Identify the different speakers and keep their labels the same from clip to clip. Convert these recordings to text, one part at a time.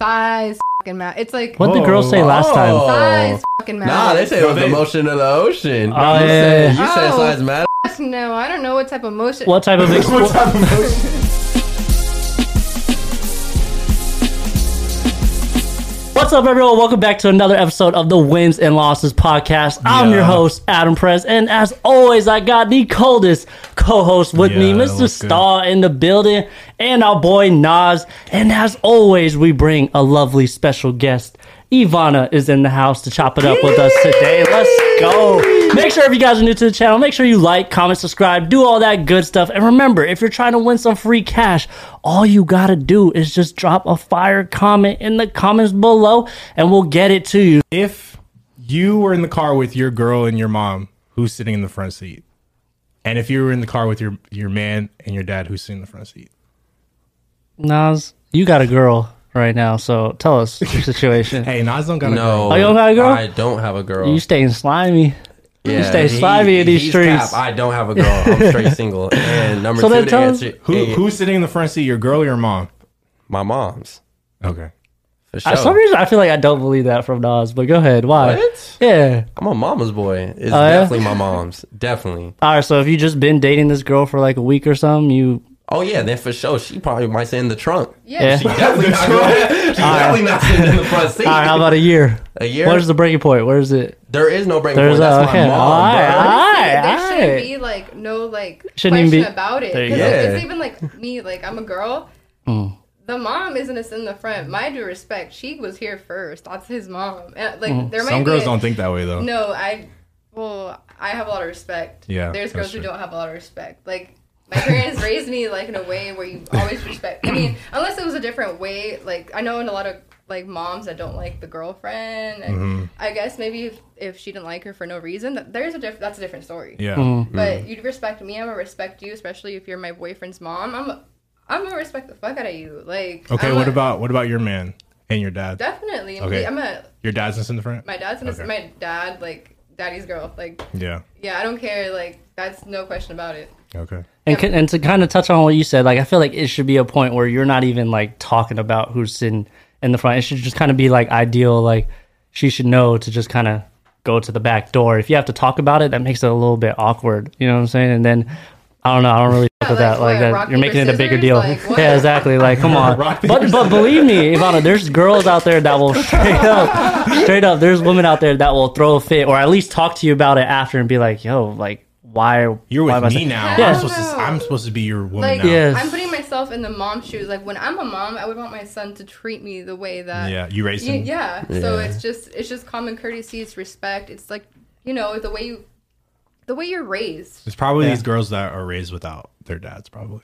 Speaker 1: Size fucking matter. It's like
Speaker 2: What did the girls say last time?
Speaker 3: Oh.
Speaker 1: size fucking matter.
Speaker 3: Nah, they say it was
Speaker 4: they-
Speaker 3: the motion of the ocean.
Speaker 2: Oh, yeah,
Speaker 3: you said,
Speaker 2: yeah,
Speaker 3: you said
Speaker 1: Oh.
Speaker 3: size matter.
Speaker 1: No, I don't know what type of motion.
Speaker 2: What type of
Speaker 4: What
Speaker 2: expl-
Speaker 4: type of motion?
Speaker 2: What's up, everyone? Welcome back to another episode of the Wins and Losses podcast. I'm
Speaker 4: Yeah.
Speaker 2: your host, Adam Press, and as always, I got the coldest co-host with me,
Speaker 4: Yeah,
Speaker 2: Mr.
Speaker 4: what's good?
Speaker 2: Star in the building, and our boy Nas. And as always, we bring a lovely special guest. Ivana is in the house to chop it up with us today. Let's go. Make sure if you guys are new to the channel, make sure you like, comment, subscribe, do all that good stuff. And remember, if you're trying to win some free cash, all you gotta do is just drop a fire comment in the comments below and we'll get it to you.
Speaker 4: if you were in the car with your girl and your mom, who's sitting in the front seat? And if you were in the car with your your man and your dad, who's sitting in the front seat?
Speaker 2: Nas, you got a girl right now, so tell us your situation.
Speaker 4: Hey, Nas don't got a
Speaker 3: No.
Speaker 2: Oh, you don't have a girl?
Speaker 3: I don't have a girl.
Speaker 2: You staying slimy.
Speaker 3: yeah,
Speaker 2: you stay slimy in these
Speaker 3: he's
Speaker 2: streets.
Speaker 3: cap. I don't have a girl. I'm straight single. And number
Speaker 2: So
Speaker 3: two
Speaker 2: then
Speaker 3: to
Speaker 2: tell us-
Speaker 3: answer
Speaker 4: Who
Speaker 3: is
Speaker 4: who's sitting in the front seat? Your girl or your mom?
Speaker 3: my mom's.
Speaker 4: Okay.
Speaker 3: For
Speaker 2: For
Speaker 3: sure.
Speaker 2: some reason, I feel like I don't believe that from Nas, but go ahead. Why?
Speaker 3: What?
Speaker 2: Yeah.
Speaker 3: I'm a mama's boy. It's
Speaker 2: Oh, yeah?
Speaker 3: definitely my mom's. Definitely.
Speaker 2: All right. So if you just been dating this girl for like a week or something, you
Speaker 3: Oh yeah, then for sure she probably might sit in the trunk.
Speaker 2: yeah.
Speaker 1: Yeah.
Speaker 2: All
Speaker 3: Definitely not, She's definitely not sitting in the front seat.
Speaker 2: right. How about a year?
Speaker 3: A year?
Speaker 2: Where's the breaking point? Where is it?
Speaker 3: There is no break
Speaker 2: There's
Speaker 3: point.
Speaker 2: a
Speaker 3: That's
Speaker 2: okay.
Speaker 3: my mom.
Speaker 2: all right.
Speaker 3: bro.
Speaker 2: All right.
Speaker 1: there
Speaker 2: all
Speaker 1: shouldn't
Speaker 2: right.
Speaker 1: be like no like
Speaker 2: Shouldn't even
Speaker 1: question
Speaker 2: be-
Speaker 1: about it.
Speaker 2: There you
Speaker 1: 'Cause
Speaker 3: go.
Speaker 1: if It's
Speaker 3: Yeah.
Speaker 1: even like me, like I'm a girl.
Speaker 4: Mm.
Speaker 1: The mom isn't us in the front. My due respect, she was here first. That's his mom. And, like there might
Speaker 4: Mm. Some
Speaker 1: be
Speaker 4: girls
Speaker 1: a-
Speaker 4: don't think that way though.
Speaker 1: No, I. Well, I have a lot of respect.
Speaker 4: Yeah,
Speaker 1: There's
Speaker 4: that's
Speaker 1: girls who
Speaker 4: true.
Speaker 1: don't have a lot of respect. Like my parents raised me like in a way where you always respect. I mean, unless it was a different way. Like I know in a lot of like moms that don't like the girlfriend. And
Speaker 4: Mm-hmm.
Speaker 1: I guess maybe if, if she didn't like her for no reason, that there's a diff- that's a different story.
Speaker 4: Yeah.
Speaker 2: Hmm.
Speaker 4: mm-hmm.
Speaker 1: But you'd respect me. I'm gonna respect you, especially if you're my boyfriend's mom. I'm. A, I'm gonna respect the fuck out of you. Like
Speaker 4: Okay,
Speaker 1: I'm
Speaker 4: what
Speaker 1: a-
Speaker 4: about what about your man and your dad?
Speaker 1: definitely?
Speaker 4: Okay.
Speaker 1: I'm a
Speaker 4: Your dad's not sitting in the front?
Speaker 1: my dad's in
Speaker 4: Okay.
Speaker 1: my dad like daddy's girl like
Speaker 4: Yeah.
Speaker 1: yeah, I don't care. Like that's no question about it.
Speaker 4: Okay.
Speaker 2: And, c- and to kind of touch on what you said, like I feel like it should be a point where you're not even like talking about who's sitting in the front. It should just kind of be like ideal. Like she should know to just kind of go to the back door. If you have to talk about it, that makes it a little bit awkward. You know what I'm saying? And then I don't know. I don't really fuck
Speaker 1: like
Speaker 2: with that. Like
Speaker 1: what, rock,
Speaker 2: that, you're making it
Speaker 1: paper,
Speaker 2: a bigger
Speaker 1: scissors?
Speaker 2: deal.
Speaker 1: Like, what?
Speaker 2: yeah, exactly. Like come on.
Speaker 4: Rock, paper,
Speaker 2: but but believe me, Ivana, there's girls out there that will straight up, straight up. There's women out there that will throw a fit or at least talk to you about it after and be like, yo, like why
Speaker 4: You're
Speaker 2: why am
Speaker 4: with
Speaker 2: I
Speaker 4: me
Speaker 2: saying-
Speaker 4: now.
Speaker 2: Yeah.
Speaker 4: I'm supposed to I'm supposed to be your woman
Speaker 1: Like
Speaker 4: now.
Speaker 2: Yeah. Yes.
Speaker 1: I'm putting myself in the mom's shoes. Like when I'm a mom, I would want my son to treat me the way that
Speaker 4: Yeah, you raised
Speaker 1: You-
Speaker 4: him.
Speaker 1: yeah. So it's just it's just common courtesy. It's respect. It's like you know the way you the way you're raised.
Speaker 4: It's probably these girls that are raised without their dads probably.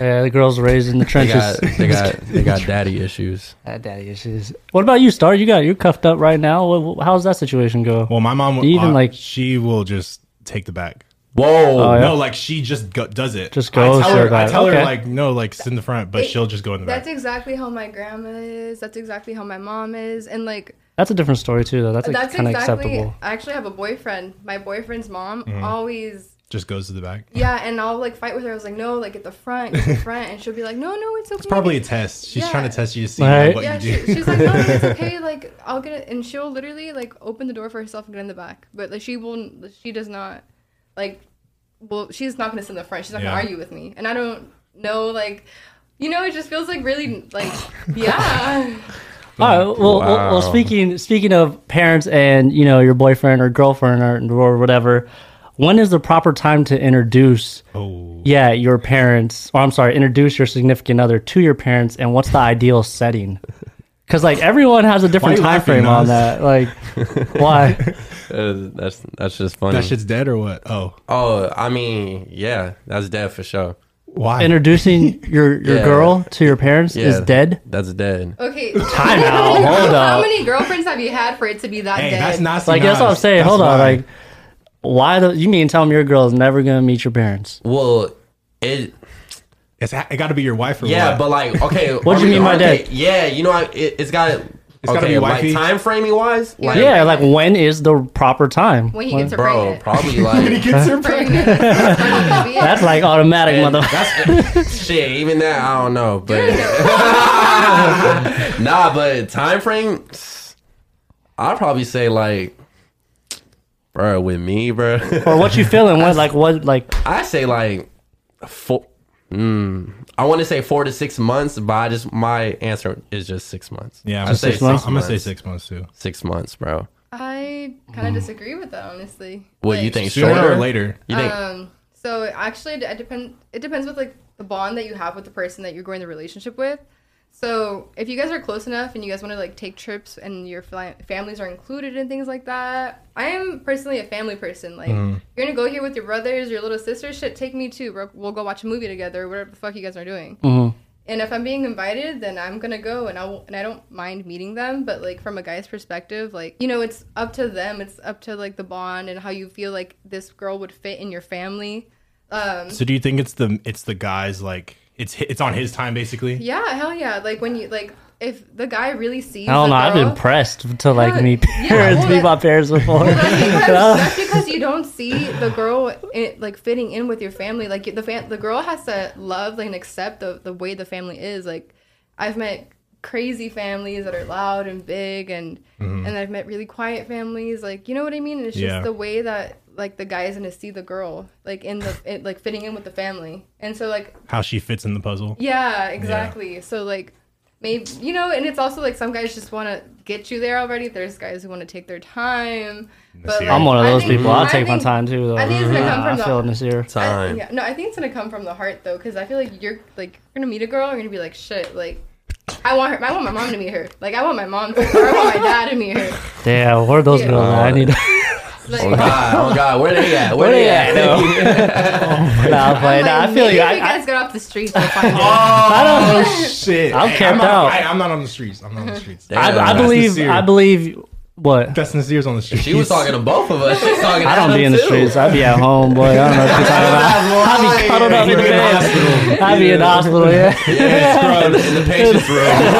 Speaker 2: Yeah, the girls raised in the
Speaker 3: They got,
Speaker 2: trenches.
Speaker 3: they got, they got daddy issues.
Speaker 2: Had daddy issues. What about you, Star? You got you're cuffed up right now. What, how's that situation go?
Speaker 4: Well, my mom
Speaker 2: Do you even,
Speaker 4: uh,
Speaker 2: like- Oh,
Speaker 4: she will just take the back.
Speaker 3: Whoa.
Speaker 4: No, like she just go, does it.
Speaker 2: Just goes
Speaker 4: I tell
Speaker 2: to
Speaker 4: her,
Speaker 2: the back.
Speaker 4: I tell
Speaker 2: Okay.
Speaker 4: her like no, like sit in the front, but
Speaker 1: It-
Speaker 4: she'll just go in the back.
Speaker 1: That's exactly how my grandma is. That's exactly how my mom is. And like
Speaker 2: That's a different story too, though. That's, like,
Speaker 1: that's
Speaker 2: kind of
Speaker 1: exactly.
Speaker 2: acceptable.
Speaker 1: I actually have a boyfriend. My boyfriend's mom
Speaker 4: Mm-hmm.
Speaker 1: always
Speaker 4: just goes to the back.
Speaker 1: Yeah, and I'll like fight with her. I was like, no, like at the front, get the front, and she'll be like, no, no, it's okay.
Speaker 4: It's probably a test. She's
Speaker 1: Yeah.
Speaker 4: trying to test you to see
Speaker 2: Right.
Speaker 4: what
Speaker 1: yeah.
Speaker 4: you
Speaker 1: She,
Speaker 4: do.
Speaker 1: she's like, no, it's okay. Like I'll get it, and she'll literally like open the door for herself and get in the back. But like she will, not she does not like. Well, she's not gonna sit in the front. She's not
Speaker 4: Yeah.
Speaker 1: gonna argue with me, and I don't know like. You know, it just feels like really like yeah.
Speaker 2: All right. Well, well, well,
Speaker 3: Wow.
Speaker 2: speaking speaking of parents and you know your boyfriend or girlfriend or, or whatever, when is the proper time to introduce?
Speaker 4: Oh.
Speaker 2: Yeah, your parents, or I'm sorry, introduce your significant other to your parents, and what's the ideal setting? Because like everyone has a different
Speaker 4: you
Speaker 2: time
Speaker 4: laughing,
Speaker 2: frame on
Speaker 4: Nas?
Speaker 2: that. Like, why?
Speaker 3: Uh, that's that's just funny.
Speaker 4: That shit's dead or what? Oh.
Speaker 3: oh, I mean, yeah, that's dead for sure.
Speaker 4: Why?
Speaker 2: Introducing your your
Speaker 3: Yeah.
Speaker 2: girl to your parents is dead.
Speaker 3: That's dead.
Speaker 1: Okay.
Speaker 2: Time out. Hold
Speaker 1: How
Speaker 2: up.
Speaker 1: many girlfriends have you had for it to be that
Speaker 4: hey,
Speaker 1: dead?
Speaker 4: that's Nazi
Speaker 2: Like that's what I'm
Speaker 4: Nas.
Speaker 2: saying.
Speaker 4: That's
Speaker 2: Hold on.
Speaker 4: why.
Speaker 2: Like why the you mean tell me your girl is never gonna meet your parents?
Speaker 3: Well, it.
Speaker 4: it's, it got to be your wife or
Speaker 3: Yeah,
Speaker 4: what?
Speaker 3: but like, okay.
Speaker 2: What do you mean by
Speaker 3: okay,
Speaker 2: dead?
Speaker 3: Yeah, you know, I, it, it's got. It's
Speaker 4: gotta
Speaker 3: okay,
Speaker 4: be
Speaker 3: like
Speaker 4: wifey.
Speaker 3: time framing wise. Like,
Speaker 2: Yeah, like when is the proper time?
Speaker 1: when he gets her
Speaker 3: bro,
Speaker 1: pregnant.
Speaker 3: probably like.
Speaker 4: Gets her pregnant.
Speaker 1: Pregnant. That's not gonna be it.
Speaker 2: That's like automatic,
Speaker 3: and
Speaker 2: mother.
Speaker 3: that's- shit. Even that, I don't know, but nah. But time frame, I'd probably say like, bro, with me, bro.
Speaker 2: Or what you feeling? What like what like?
Speaker 3: I say like four. Mm, I want to say four to six months, but I just my answer is just six months.
Speaker 4: Yeah, I'm gonna
Speaker 3: I say
Speaker 4: say
Speaker 3: six
Speaker 4: months. I'm gonna say
Speaker 3: months.
Speaker 4: six months too.
Speaker 3: Six months, bro.
Speaker 1: I kind of disagree with that, honestly.
Speaker 3: What you
Speaker 1: Like,
Speaker 3: think?
Speaker 4: Sooner
Speaker 3: shorter
Speaker 4: or later.
Speaker 3: You think?
Speaker 1: Um, so actually, it depends. It depends with like the bond that you have with the person that you're going the relationship with. So if you guys are close enough and you guys want to like take trips and your fli- families are included and things like that, I am personally a family person. Like
Speaker 3: Mm-hmm.
Speaker 1: you're gonna go here with your brothers, your little sisters. Shit, take me too. We're, we'll go watch a movie together. Whatever the fuck you guys are doing. And if I'm being invited, then I'm gonna go, and I will, and I don't mind meeting them. But like from a guy's perspective, like you know, it's up to them. It's up to like the bond and how you feel like this girl would fit in your family. Um,
Speaker 4: So do you think it's the it's the guys like it's hi- it's on his time basically?
Speaker 1: yeah, hell yeah. Like when you like if the guy really sees,
Speaker 2: I don't know.
Speaker 1: the
Speaker 2: I've
Speaker 1: girl-
Speaker 2: been impressed to like
Speaker 1: Yeah,
Speaker 2: meet
Speaker 1: yeah,
Speaker 2: parents,
Speaker 1: well,
Speaker 2: meet my
Speaker 1: that-
Speaker 2: parents before.
Speaker 1: That's because, that's because you don't see the girl in, like fitting in with your family. Like the fam- the girl has to love like, and accept the the way the family is. Like I've met crazy families that are loud and big, and and I've met really quiet families. Like you know what I mean? It's just
Speaker 4: Yeah.
Speaker 1: the way that like the guy is gonna see the girl like in the it, like fitting in with the family, and so like
Speaker 4: How she fits in the puzzle?
Speaker 1: yeah, exactly. So like maybe you know, and it's also like some guys just want to get you there already. There's guys who want to take their time. But, like,
Speaker 4: year.
Speaker 2: I'm one of
Speaker 1: I
Speaker 2: those
Speaker 1: think-
Speaker 2: people. I'll
Speaker 1: I
Speaker 2: take my
Speaker 1: think-
Speaker 2: time too. Though.
Speaker 1: I think it's gonna come
Speaker 2: Nah,
Speaker 1: from
Speaker 2: I
Speaker 1: the-
Speaker 2: feel this year.
Speaker 1: I-
Speaker 3: Time.
Speaker 1: yeah, no, I think it's gonna come from the heart though, because I feel like you're like you're gonna meet a girl, and you're gonna be like, shit, like. I want her. I want my mom to meet her. Like I want my mom, to, or I want my dad to meet her.
Speaker 2: Yeah, where are those
Speaker 1: Yeah.
Speaker 2: girls? at? I need.
Speaker 3: Oh
Speaker 1: Like,
Speaker 3: God! Oh God! Where they at? Where, they at? Oh
Speaker 2: nah, I'm playing. Nah, I feel you.
Speaker 1: If you
Speaker 2: I,
Speaker 1: guys
Speaker 2: I,
Speaker 1: get off the streets, they'll find
Speaker 4: Oh shit!
Speaker 2: I'm
Speaker 4: Hey,
Speaker 2: camped
Speaker 4: not,
Speaker 2: out.
Speaker 4: I, am not on the streets. I'm not on the streets.
Speaker 3: Damn,
Speaker 2: I, I
Speaker 3: that's
Speaker 2: believe.
Speaker 4: sincere.
Speaker 2: I believe. What?
Speaker 4: That's Nasir's on the streets.
Speaker 3: She was talking to both of us. She's talking.
Speaker 2: I don't be in the streets. I be at home, boy. I don't know what you're talking about. I be cuddled up in the bed. I be in the hospital. Yeah,
Speaker 3: in, the, in the patient's room.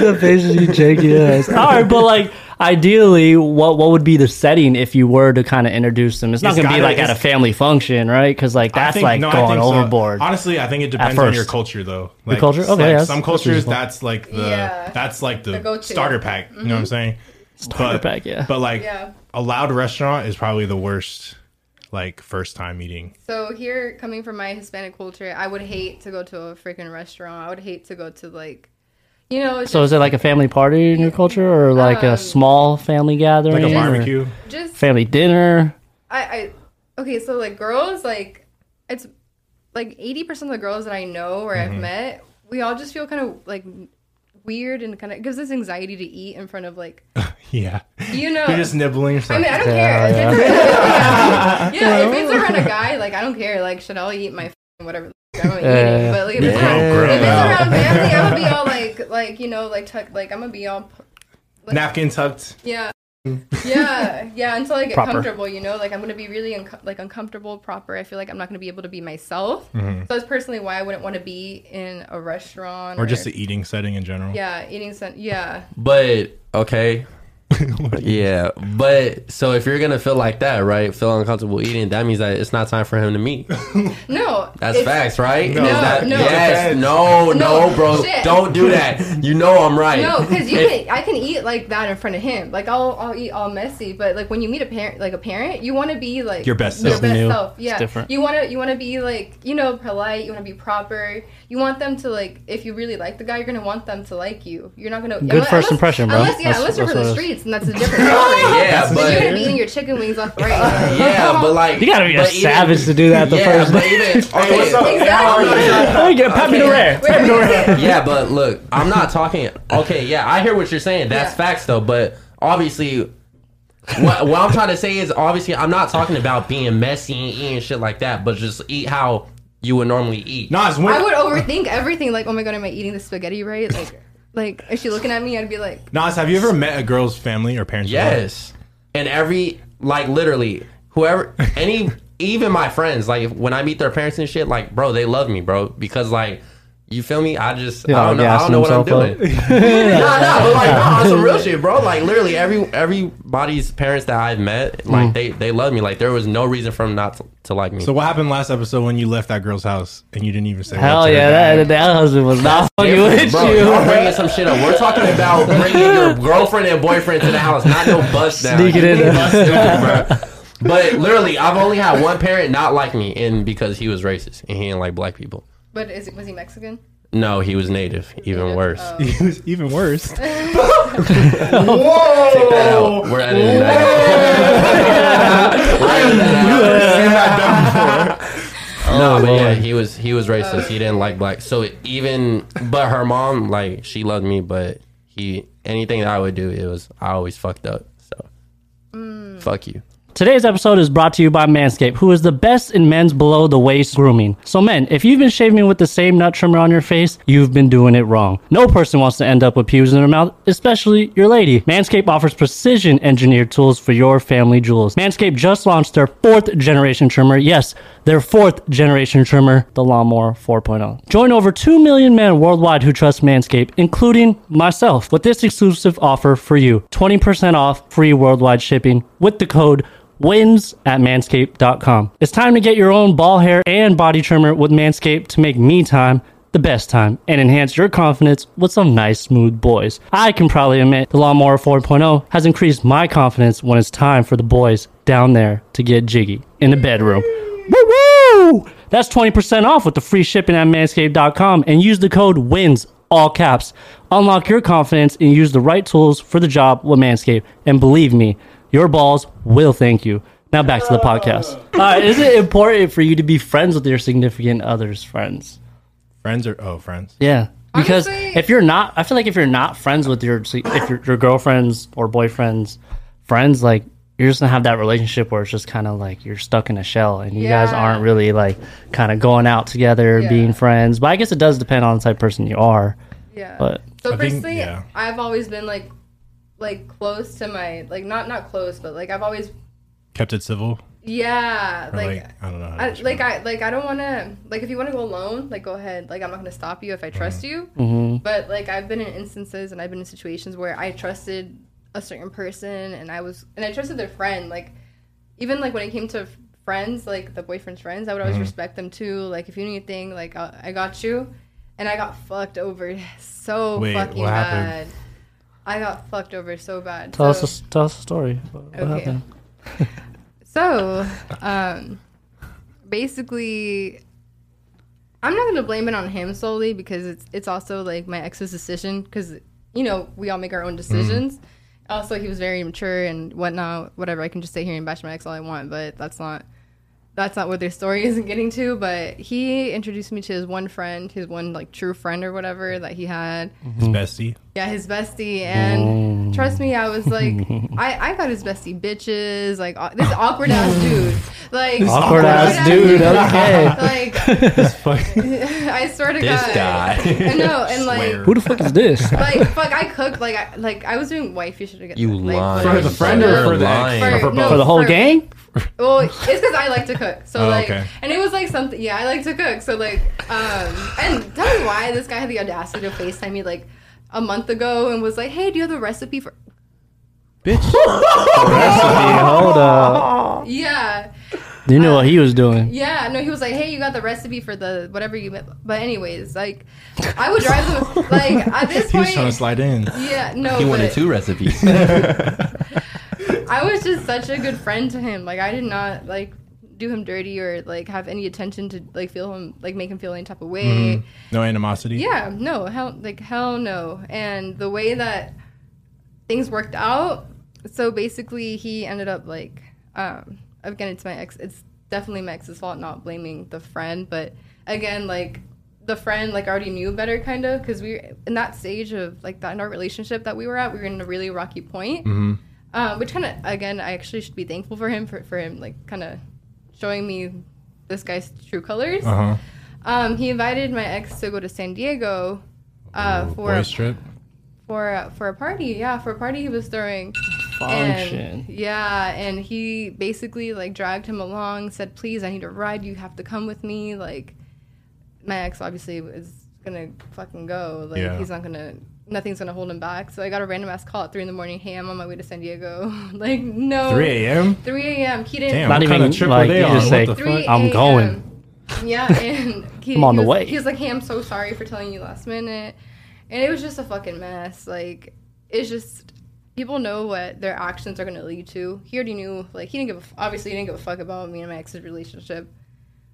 Speaker 2: the faces you shake your ass. All right, but like. Ideally, what what would be the setting if you were to kind of introduce them? It's not
Speaker 4: It's
Speaker 2: going to be
Speaker 4: gotta-
Speaker 2: like at a
Speaker 4: it's-
Speaker 2: family function, right? Because like
Speaker 4: I
Speaker 2: that's
Speaker 4: think-
Speaker 2: like
Speaker 4: no, I
Speaker 2: going
Speaker 4: think so.
Speaker 2: overboard.
Speaker 4: Honestly, I think it depends on
Speaker 2: first.
Speaker 4: your culture, though. Like,
Speaker 2: culture?
Speaker 4: s-
Speaker 2: Okay,
Speaker 4: like,
Speaker 2: that's-
Speaker 4: some
Speaker 2: that's
Speaker 4: cultures
Speaker 2: reasonable.
Speaker 4: that's like the
Speaker 1: Yeah.
Speaker 4: that's like the,
Speaker 1: The go-to. Mm-hmm.
Speaker 4: starter pack. You know what I'm saying? Starter
Speaker 2: pack, yeah.
Speaker 4: But like
Speaker 1: Yeah.
Speaker 4: a loud restaurant is probably the worst, like first time eating.
Speaker 1: So here, coming from my Hispanic culture, I would hate to go to a freaking restaurant. I would hate to go to like, you know, it's
Speaker 2: So is it like a family party in your culture, or like
Speaker 3: Um,
Speaker 2: a small family gathering,
Speaker 4: Like a
Speaker 2: or
Speaker 4: barbecue.
Speaker 1: just
Speaker 2: family dinner?
Speaker 1: I, I okay, so like girls, like it's like eighty percent of the girls that I know or
Speaker 2: Mm-hmm.
Speaker 1: I've met, we all just feel kind of like weird and kind of gives us anxiety to eat in front of like
Speaker 4: Yeah,
Speaker 1: you know.
Speaker 4: you're just nibbling.
Speaker 1: I mean, I don't
Speaker 2: Yeah,
Speaker 1: care. If it's, yeah, if it's around a guy, like I don't care. Like, should I eat my f***ing whatever? the f- I'm eating,
Speaker 2: Yeah, yeah, yeah.
Speaker 1: but like if it's,
Speaker 3: Yeah.
Speaker 1: around,
Speaker 3: Grow
Speaker 1: if it's
Speaker 3: out.
Speaker 1: around family, I'm gonna be all like, like you know, like tuck, like I'm gonna be all
Speaker 4: Napkin tucked.
Speaker 1: yeah. yeah, yeah, until I get
Speaker 2: Proper.
Speaker 1: comfortable, you know, like I'm gonna be really unco- like uncomfortable, proper. I feel like I'm not gonna be able to be myself.
Speaker 4: Mm. Mm-hmm.
Speaker 1: So that's personally why I wouldn't want to be in a restaurant
Speaker 4: Or just the eating setting in general.
Speaker 1: yeah, eating some yeah.
Speaker 3: But okay. yeah, but so if you're gonna feel like that, right? Feel uncomfortable eating, that means that it's not time for him to meet.
Speaker 1: No,
Speaker 3: That's
Speaker 1: it's-
Speaker 3: facts, right?
Speaker 4: No,
Speaker 3: Is that,
Speaker 1: no.
Speaker 3: yes, no, no,
Speaker 1: No,
Speaker 3: bro,
Speaker 1: shit.
Speaker 3: don't do that. You know I'm right.
Speaker 1: No, because you
Speaker 3: If-
Speaker 1: can, I can eat like that in front of him. Like I'll, I'll eat all messy, but like when you meet a parent, like a parent, you want to be like
Speaker 4: Your best
Speaker 1: your
Speaker 4: self.
Speaker 1: best
Speaker 2: New.
Speaker 1: self.
Speaker 2: It's
Speaker 1: Yeah,
Speaker 2: different.
Speaker 1: you want to, you want to be like you know polite. You want to be proper. You want them to like if you really like the guy, you're gonna want them to like you. You're not gonna
Speaker 2: Good first impression, bro.
Speaker 1: Unless yeah,
Speaker 2: That's-
Speaker 1: unless you're
Speaker 2: that's
Speaker 1: from
Speaker 2: what
Speaker 1: the
Speaker 2: it
Speaker 1: streets, and that's a different story.
Speaker 3: yeah,
Speaker 1: But you're
Speaker 3: but
Speaker 1: gonna be eating your chicken wings off the right.
Speaker 3: yeah, but like
Speaker 2: You gotta be a
Speaker 3: but even-
Speaker 2: savage to do that the
Speaker 3: Yeah,
Speaker 2: first.
Speaker 3: but even okay,
Speaker 4: what's up?
Speaker 1: Exactly.
Speaker 2: Let me get Pappy the Rare.
Speaker 1: Wait, wait, wait.
Speaker 3: yeah, but look, I'm not talking. Okay, yeah, I hear what you're saying. That's
Speaker 1: Yeah.
Speaker 3: facts, though. But obviously, what, what I'm trying to say is obviously I'm not talking about being messy and eating shit like that, but just eat how you would normally eat.
Speaker 4: Nas, when,
Speaker 1: I would overthink everything. Like, oh my god, am I eating the spaghetti right? Like, like is she looking at me? I'd be like,
Speaker 4: Nas, have you ever met a girl's family or parents?
Speaker 3: Yes. And every like literally whoever any even my friends like when I meet their parents and shit like bro they love me bro because like you feel me I just
Speaker 2: Yeah,
Speaker 3: I don't know I don't know what I'm
Speaker 2: gassing
Speaker 3: doing. nah nah but like nah, on some real shit bro like literally every everybody's parents that I've met like they they love me like there was no reason for them not to, to like me.
Speaker 4: So what happened last episode when you left that girl's house and you didn't even say?
Speaker 2: Hell
Speaker 4: that to her
Speaker 2: yeah,
Speaker 4: dad?
Speaker 2: that, that husband was not fucking
Speaker 3: Different,
Speaker 2: with
Speaker 3: bro,
Speaker 2: you.
Speaker 3: y'all bringing some shit up. We're talking about bringing your girlfriend and boyfriend to the house, not no bus down.
Speaker 2: Sneaking in.
Speaker 3: Bus down, bro. But literally, I've only had one parent not like me, and because he was racist and he didn't like black people.
Speaker 1: but is was he Mexican?
Speaker 3: No, he was native. Even worse.
Speaker 1: Oh,
Speaker 4: It was even worse.
Speaker 3: Now, we're editing that. We're editing that out. No, but yeah, he was he was racist. He didn't like black. So even but her mom like she loved me, but he anything that I would do it was I always fucked up. So fuck you.
Speaker 2: Today's episode is brought to you by Manscaped, who is the best in men's below the waist grooming. So, men, if you've been shaving with the same nut trimmer on your face, you've been doing it wrong. No person wants to end up with pubes in their mouth, especially your lady. Manscaped offers precision engineered tools for your family jewels. Manscaped just launched their fourth generation trimmer. Yes, their fourth generation trimmer, the Lawnmower 4.0. Join over 2 million men worldwide who trust Manscaped, including myself, with this exclusive offer for you 20% off free worldwide shipping with the code wins at manscaped.com. It's time to get your own ball hair and body trimmer with Manscaped to make me time the best time and enhance your confidence with some nice smooth boys. I can probably admit the Lawnmower 4.0 has increased my confidence when it's time for the boys down there to get jiggy in the bedroom. Woo woo! That's 20% off with the free shipping at manscaped.com and use the code WINS, all caps. Unlock your confidence and use the right tools for the job with Manscaped. And believe me, your balls will thank you. Now back to the podcast. All right, Uh, is it important for you to be friends with your significant other's friends?
Speaker 4: Friends or oh friends?
Speaker 2: Yeah. Because
Speaker 1: Honestly-
Speaker 2: if you're not, I feel like if you're not friends with your if your, your girlfriend's or boyfriend's friends, like you're just gonna have that relationship where it's just kind of like you're stuck in a shell and you guys
Speaker 1: Yeah.
Speaker 2: aren't really like kind of going out together, being friends. But I guess it does depend on the type of person you are.
Speaker 1: Yeah.
Speaker 2: But
Speaker 1: So
Speaker 4: I think-
Speaker 1: personally,
Speaker 4: yeah.
Speaker 1: I've always been like, like close to my like not not close, but like I've always
Speaker 4: Kept it civil.
Speaker 1: yeah
Speaker 4: Or,
Speaker 1: like.
Speaker 4: Like, I don't know. how to
Speaker 1: I,
Speaker 4: describe
Speaker 1: like I like I don't want to like if you want to go alone like go ahead like I'm not gonna stop you if I trust you
Speaker 2: Mm-hmm.
Speaker 1: but like I've been in instances and I've been in situations where I trusted a certain person and I was and I trusted their friend like even like when it came to f- friends like the boyfriend's friends I would
Speaker 4: Mm-hmm.
Speaker 1: always respect them too like if you need anything like I, I got you and I got fucked over so
Speaker 4: Wait,
Speaker 1: fucking
Speaker 4: what
Speaker 1: bad
Speaker 4: happened?
Speaker 1: I got fucked over so bad
Speaker 2: tell
Speaker 1: So-
Speaker 2: us a, tell us a story. What, what
Speaker 1: Okay.
Speaker 2: happened?
Speaker 1: So, um, basically, I'm not gonna blame it on him solely because it's it's also like my ex's decision because you know we all make our own decisions. Also, he was very immature and whatnot. Whatever, I can just sit here and bash my ex all I want, but that's not that's not what their story isn't getting to. But he introduced me to his one friend, his one like true friend or whatever that he had.
Speaker 4: His bestie.
Speaker 1: Yeah, his bestie, and
Speaker 4: Oh.
Speaker 1: trust me, I was like, I, I got his bestie bitches, like au- this awkward ass dude, like
Speaker 2: Awkward ass dude,
Speaker 1: okay.
Speaker 4: Fuck.
Speaker 1: Like I swear to
Speaker 3: This
Speaker 1: God,
Speaker 3: guy.
Speaker 1: I know, and like,
Speaker 2: Who the fuck is this?
Speaker 1: like fuck, I cooked, like, I, like I was doing wifey shit together.
Speaker 3: You
Speaker 1: like,
Speaker 3: lying.
Speaker 4: For the friend or
Speaker 3: You're
Speaker 4: for the ex?
Speaker 3: lying.
Speaker 4: Or for
Speaker 1: no,
Speaker 4: both?
Speaker 2: For the whole gang?
Speaker 1: Well, it's because I like to cook, so
Speaker 4: Oh,
Speaker 1: like,
Speaker 4: okay.
Speaker 1: and it was like something. Yeah, I like to cook, so like, um, and tell me why this guy had the audacity to Facetime me like a month ago and was like, hey, do you have the recipe for?
Speaker 2: Hold up.
Speaker 1: Yeah.
Speaker 2: You know what he was doing.
Speaker 1: Yeah, no, he was like, "Hey, you got the recipe for the whatever you." meant." But anyways, like, I would drive them. Like at this
Speaker 4: He
Speaker 1: point,
Speaker 4: was trying to slide in.
Speaker 1: yeah, no,
Speaker 3: He wanted
Speaker 1: but
Speaker 3: two recipes.
Speaker 1: I was just such a good friend to him. Like I did not like do him dirty or like have any attention to like feel him like make him feel any type of way.
Speaker 4: No animosity.
Speaker 1: Yeah, no, hell, like hell no. And the way that things worked out, so basically he ended up like, um, again, it's my ex. It's definitely my ex's fault. Not blaming the friend, but again, like the friend like already knew better, kind of, because we in that stage of like that in our relationship that we were at, we were in a really rocky point. Um, which kind of again, I actually should be thankful for him for for him like kind of showing me this guy's true colors.
Speaker 4: Uh-huh.
Speaker 1: Um, he invited my ex to go to San Diego uh, for
Speaker 4: Boys trip.
Speaker 1: for a- for a party. Yeah, for a party he was throwing.
Speaker 2: Function.
Speaker 1: And, yeah, and he basically like dragged him along, said, "Please, I need a ride. You have to come with me." Like, my ex obviously is gonna fucking go. Like,
Speaker 4: Yeah.
Speaker 1: he's not gonna. Nothing's gonna hold him back. So I got a random ass call at three in the morning. Hey, I'm on my way to San Diego. like, no.
Speaker 4: 3 a.m.
Speaker 1: 3 a.m. He didn't.
Speaker 4: Damn,
Speaker 2: Not
Speaker 4: what
Speaker 2: even,
Speaker 4: kind of trip
Speaker 2: like,
Speaker 4: were they
Speaker 2: you
Speaker 4: on?
Speaker 2: just
Speaker 4: What
Speaker 2: say-
Speaker 4: the
Speaker 1: 3
Speaker 4: fuck?
Speaker 2: I'm
Speaker 1: a.m..
Speaker 2: going.
Speaker 1: Yeah, and he,
Speaker 2: I'm on
Speaker 1: he
Speaker 2: the
Speaker 1: was,
Speaker 2: way.
Speaker 1: He was like, "Hey, I'm so sorry for telling you last minute," and it was just a fucking mess. Like, it's just people know what their actions are going to lead to. He already knew. Like, he didn't give. A, f- obviously, he didn't give a fuck about me and my ex's relationship.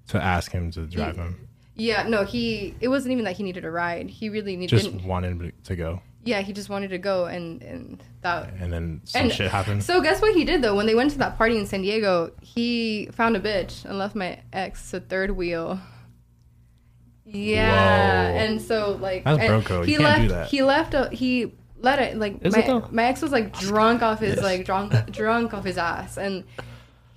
Speaker 4: To ask him to drive him.
Speaker 1: Yeah, no, he. It wasn't even that he needed a ride. He really needed.
Speaker 4: Just wanted to go.
Speaker 1: yeah, he just wanted to go, and and that.
Speaker 4: And then some
Speaker 1: And-
Speaker 4: shit happened.
Speaker 1: So guess what he did though? When they went to that party in San Diego, he found a bitch and left my ex to third wheel. Yeah,
Speaker 4: Whoa.
Speaker 1: and so like
Speaker 4: That's
Speaker 1: and
Speaker 4: broco. You
Speaker 1: he
Speaker 4: can't
Speaker 1: left.
Speaker 4: do that.
Speaker 1: He left. A, he let it like
Speaker 2: Is
Speaker 1: my,
Speaker 2: it though?
Speaker 1: my ex was like drunk off his like drunk drunk off his ass, and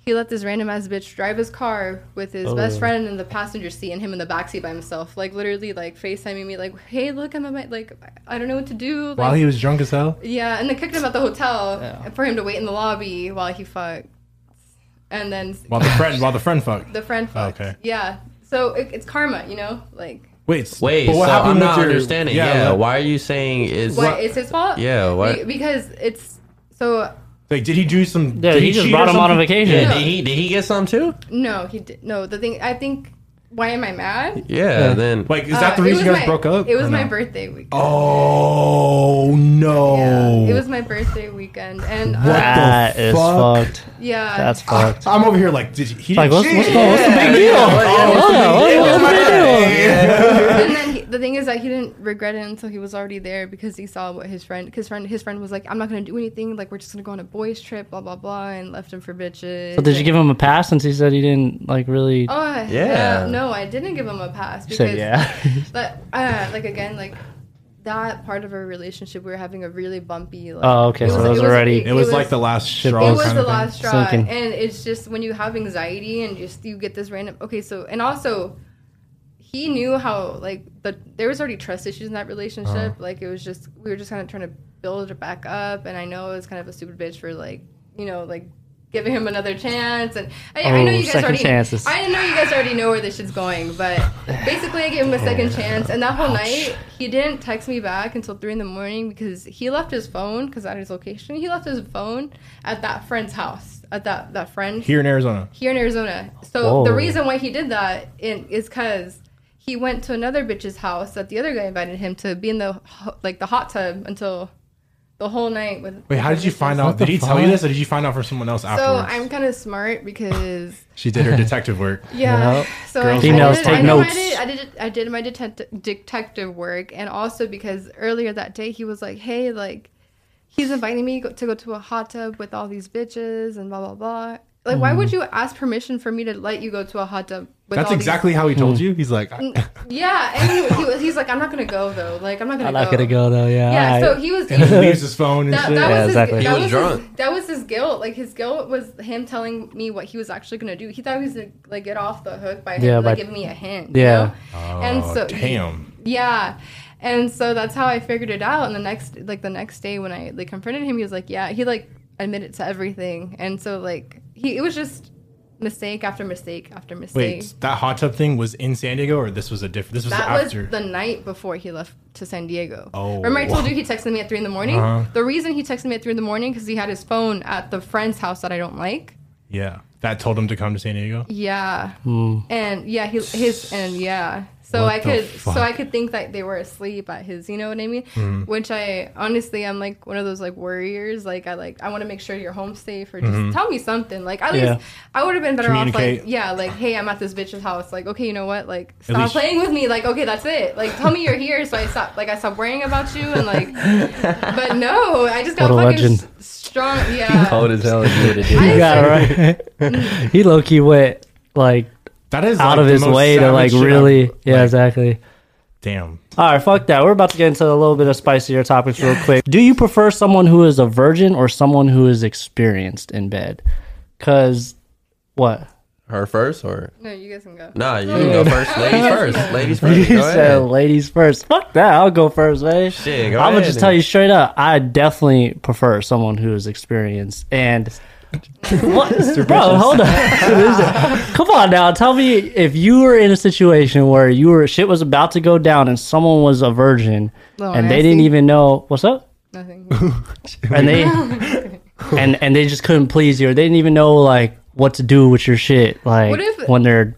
Speaker 1: he let this random ass bitch drive his car with
Speaker 4: Oh.
Speaker 1: his best friend in the passenger seat and him in the backseat by himself, like literally like FaceTiming me like, hey, look, I'm at my like I don't know what to do. Like,
Speaker 4: While he was drunk as hell?
Speaker 1: yeah, and they kicked him at the hotel for him to wait in the lobby while he fucked. And then
Speaker 4: While the friend while the friend fucked.
Speaker 1: the friend fucked.
Speaker 4: Okay.
Speaker 1: Yeah. So it, it's karma, you know? Like,
Speaker 4: Wait, s-
Speaker 3: Wait,
Speaker 4: but
Speaker 3: so I'm not
Speaker 4: your-
Speaker 3: understanding. Yeah,
Speaker 4: like-
Speaker 3: why are you saying is
Speaker 1: what, it's his fault?
Speaker 3: Yeah, what-
Speaker 1: Be- because it's. So,
Speaker 4: Like, did he do some?
Speaker 2: Yeah,
Speaker 4: did
Speaker 2: he just
Speaker 4: cheat
Speaker 2: brought
Speaker 4: or
Speaker 2: him on a
Speaker 4: something?
Speaker 2: vacation.
Speaker 3: yeah, did he did he get some too?
Speaker 1: no, he did. No, the thing. I think. Why am I mad?
Speaker 3: Yeah, then
Speaker 4: Like, is that
Speaker 1: Uh,
Speaker 4: the
Speaker 1: it
Speaker 4: reason
Speaker 1: was
Speaker 4: you guys
Speaker 1: my-
Speaker 4: broke up?
Speaker 1: It was
Speaker 4: or
Speaker 1: my
Speaker 4: no?
Speaker 1: birthday weekend.
Speaker 4: Oh no!
Speaker 1: Yeah, it was my birthday weekend. And, uh,
Speaker 2: That is
Speaker 4: fuck? Ah,
Speaker 2: fucked.
Speaker 1: yeah.
Speaker 2: That's fucked.
Speaker 4: I'm over here like, did you, he
Speaker 2: Like,
Speaker 4: didn't
Speaker 2: what's, what's,
Speaker 4: cheat.
Speaker 2: going, what's the big deal? Yeah, Oh, what's the big deal?
Speaker 1: and then he, the thing is that he didn't regret it until he was already there because he saw what his friend, his friend, his friend was like, "I'm not gonna do anything. Like we're just gonna go on a boys trip, blah blah blah," and left him for bitches.
Speaker 2: So did you give him a pass since he said he didn't like really?
Speaker 1: Oh yeah.
Speaker 3: Yeah.
Speaker 1: No, I didn't give him a pass because,
Speaker 2: said yeah.
Speaker 1: but uh, like again, like that part of our relationship, we were having a really bumpy. Like,
Speaker 2: Oh, okay, so
Speaker 1: it
Speaker 2: that was already-
Speaker 4: It was like the last straw.
Speaker 1: it was
Speaker 4: kind
Speaker 1: the
Speaker 4: of thing.
Speaker 1: last straw
Speaker 2: Sinking.
Speaker 1: and it's just when you have anxiety and just you get this random okay so and also he knew how like the there was already trust issues in that relationship like it was just we were just kind of trying to build it back up and i know it was kind of a stupid bitch for like you know like giving him another chance and i, I know
Speaker 2: Oh,
Speaker 1: you guys
Speaker 2: second
Speaker 1: already
Speaker 2: chances.
Speaker 1: i know you guys already know where this shit's going but basically i gave him a second chance and that whole night he didn't text me back until three in the morning because he left his phone because at his location he left his phone at that friend's house at that that friend
Speaker 4: here in Arizona.
Speaker 1: here in Arizona. So
Speaker 2: Whoa.
Speaker 1: the reason why he did that in, is because he went to another bitch's house that the other guy invited him to be in the ho- like the hot tub until the whole night with.
Speaker 4: Wait, how did you find out? Did he tell you this, or did you find out from someone else
Speaker 1: So
Speaker 4: afterwards?
Speaker 1: I'm kind of smart because
Speaker 4: she did her detective work.
Speaker 1: yeah.
Speaker 2: Yep.
Speaker 1: So
Speaker 4: Girls
Speaker 1: I,
Speaker 2: Females
Speaker 1: I did,
Speaker 2: take
Speaker 1: I did
Speaker 2: notes.
Speaker 1: My, de- I did I did my detect- detective work, and also because earlier that day he was like, "Hey, like, he's inviting me go- to go to a hot tub with all these bitches and blah blah blah." Like, why
Speaker 2: Mm.
Speaker 1: would you ask permission for me to let you go to a hot tub? With
Speaker 4: That's
Speaker 1: all Mm.
Speaker 4: exactly how he told you. He's like, I-
Speaker 1: These? Yeah, and he, he was, he's like, "I'm not gonna go though. Like, I'm not gonna
Speaker 2: I'm
Speaker 1: go."
Speaker 2: not gonna go though. Yeah.
Speaker 1: Yeah,
Speaker 2: alright.
Speaker 1: so he was.
Speaker 4: he leaves his phone and
Speaker 1: That,
Speaker 4: shit.
Speaker 1: that
Speaker 2: Yeah,
Speaker 1: was
Speaker 2: exactly.
Speaker 1: his,
Speaker 2: He
Speaker 1: that
Speaker 3: was
Speaker 1: was His,
Speaker 3: drunk.
Speaker 1: that was his guilt. Like his guilt was him telling me what he was actually gonna do. He thought he was gonna like get off the hook by him
Speaker 2: Yeah,
Speaker 1: like
Speaker 2: by-
Speaker 1: giving me a hint.
Speaker 2: Yeah.
Speaker 1: You know? and so
Speaker 4: Oh, Damn.
Speaker 1: Yeah. And so that's how I figured it out. And the next like the next day when I like confronted him, he was like, Yeah, he like admitted to everything. And so like he it was just mistake after mistake after mistake.
Speaker 4: Wait, that hot tub thing was in San Diego, or this was a different? This was
Speaker 1: That
Speaker 4: after.
Speaker 1: was the night before he left to San Diego.
Speaker 4: Oh.
Speaker 1: Remember I told you he texted me at three in the morning?
Speaker 4: Uh-huh.
Speaker 1: The reason he texted me at three in the morning because he had his phone at the friend's house that I don't like.
Speaker 4: yeah, that told him to come to San Diego.
Speaker 1: Yeah.
Speaker 2: Hmm.
Speaker 1: And yeah, he his and yeah. So
Speaker 4: What
Speaker 1: I
Speaker 4: the
Speaker 1: could
Speaker 4: fuck?
Speaker 1: so I could think that they were asleep at his, you know what I mean?
Speaker 4: Hmm.
Speaker 1: Which I honestly I'm like one of those like worriers. Like I like I want to make sure you're home safe or just tell me something. Like at
Speaker 2: Yeah.
Speaker 1: least I would have been better off like
Speaker 4: Mm-hmm. Communicate.
Speaker 1: yeah, like hey, I'm at this bitch's house. Like okay, you know what? Like
Speaker 4: At
Speaker 1: stop
Speaker 4: least-
Speaker 1: playing with me. Like okay, that's it. Like tell me you're here so I stop like I stop worrying about you and like but no, I just got
Speaker 2: What a
Speaker 1: fucking
Speaker 2: legend.
Speaker 1: s- strong yeah.
Speaker 3: cold as hell is good to do.
Speaker 1: I-
Speaker 2: yeah, right. he low key went like
Speaker 4: That is
Speaker 2: out
Speaker 4: like,
Speaker 2: of
Speaker 4: the
Speaker 2: his
Speaker 4: most
Speaker 2: way to
Speaker 4: savage
Speaker 2: like
Speaker 4: shit I've-
Speaker 2: really. yeah, exactly.
Speaker 4: Damn.
Speaker 2: All right, fuck that. We're about to get into a little bit of spicier topics real quick. Do you prefer someone who is a virgin or someone who is experienced in bed? Cause what?
Speaker 3: Her first or
Speaker 1: No, you guys can go.
Speaker 3: nah? You can go first. Ladies first. Ladies first.
Speaker 2: You
Speaker 3: go
Speaker 2: said
Speaker 3: ahead.
Speaker 2: ladies first. Fuck that. I'll go first, man.
Speaker 3: Shit, go
Speaker 2: I'm gonna
Speaker 3: ahead
Speaker 2: just
Speaker 3: then.
Speaker 2: tell you straight up. I definitely prefer someone who is experienced and. what? Bro, hold on. Listen, Come on now. Tell me if you were in a situation where you were shit was about to go down and someone was a virgin
Speaker 1: Little
Speaker 2: and they
Speaker 1: Oh,
Speaker 2: didn't
Speaker 1: nasty.
Speaker 2: even know what's up
Speaker 1: Nothing.
Speaker 2: and they and and they just couldn't please you or they didn't even know like what to do with your shit like
Speaker 1: What if-
Speaker 2: when they're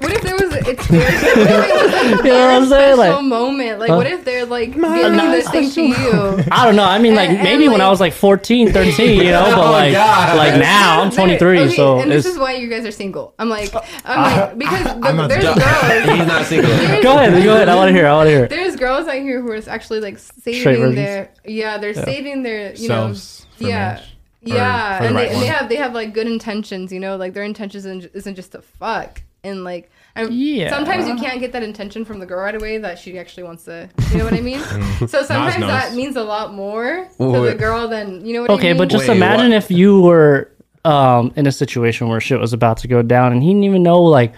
Speaker 1: What if there was an experience? What if it was like
Speaker 2: you know what I'm saying
Speaker 1: special
Speaker 2: like
Speaker 1: moment? Like, what if they're like giving this thing to you?
Speaker 2: I don't know. I mean, like
Speaker 1: And- and,
Speaker 2: maybe when I
Speaker 1: like-
Speaker 2: was like 14, 13, you know, but like,
Speaker 3: God.
Speaker 2: like now I'm 23,
Speaker 1: Okay,
Speaker 2: so
Speaker 1: and
Speaker 2: it's. Uh,
Speaker 1: this is why you guys are single. I'm like, I'm like because the-
Speaker 4: not
Speaker 1: there's
Speaker 4: done.
Speaker 1: girls.
Speaker 3: He's not single.
Speaker 2: Go ahead, go ahead. I want to hear. I want to hear.
Speaker 1: There's girls out here who are actually like saving
Speaker 2: virgins.
Speaker 1: their yeah, they're saving their you
Speaker 4: Selves for
Speaker 1: know yeah.
Speaker 4: marriage. Or
Speaker 1: Yeah,
Speaker 4: for the
Speaker 1: and,
Speaker 4: right
Speaker 1: they, and they
Speaker 4: one.
Speaker 1: have they have like good intentions, you know, like their intentions isn't, isn't just to fuck, and like I'm,
Speaker 2: Yeah.
Speaker 1: sometimes you can't get that intention from the girl right away that she actually wants to, you know what I mean? so sometimes
Speaker 4: knows.
Speaker 1: that means a lot more
Speaker 3: Wait,
Speaker 1: to the
Speaker 3: wait.
Speaker 1: girl than you know what I
Speaker 2: Okay,
Speaker 1: mean?
Speaker 2: but just
Speaker 3: Wait,
Speaker 2: imagine
Speaker 3: what?
Speaker 2: if you were um, in a situation where shit was about to go down and he didn't even know like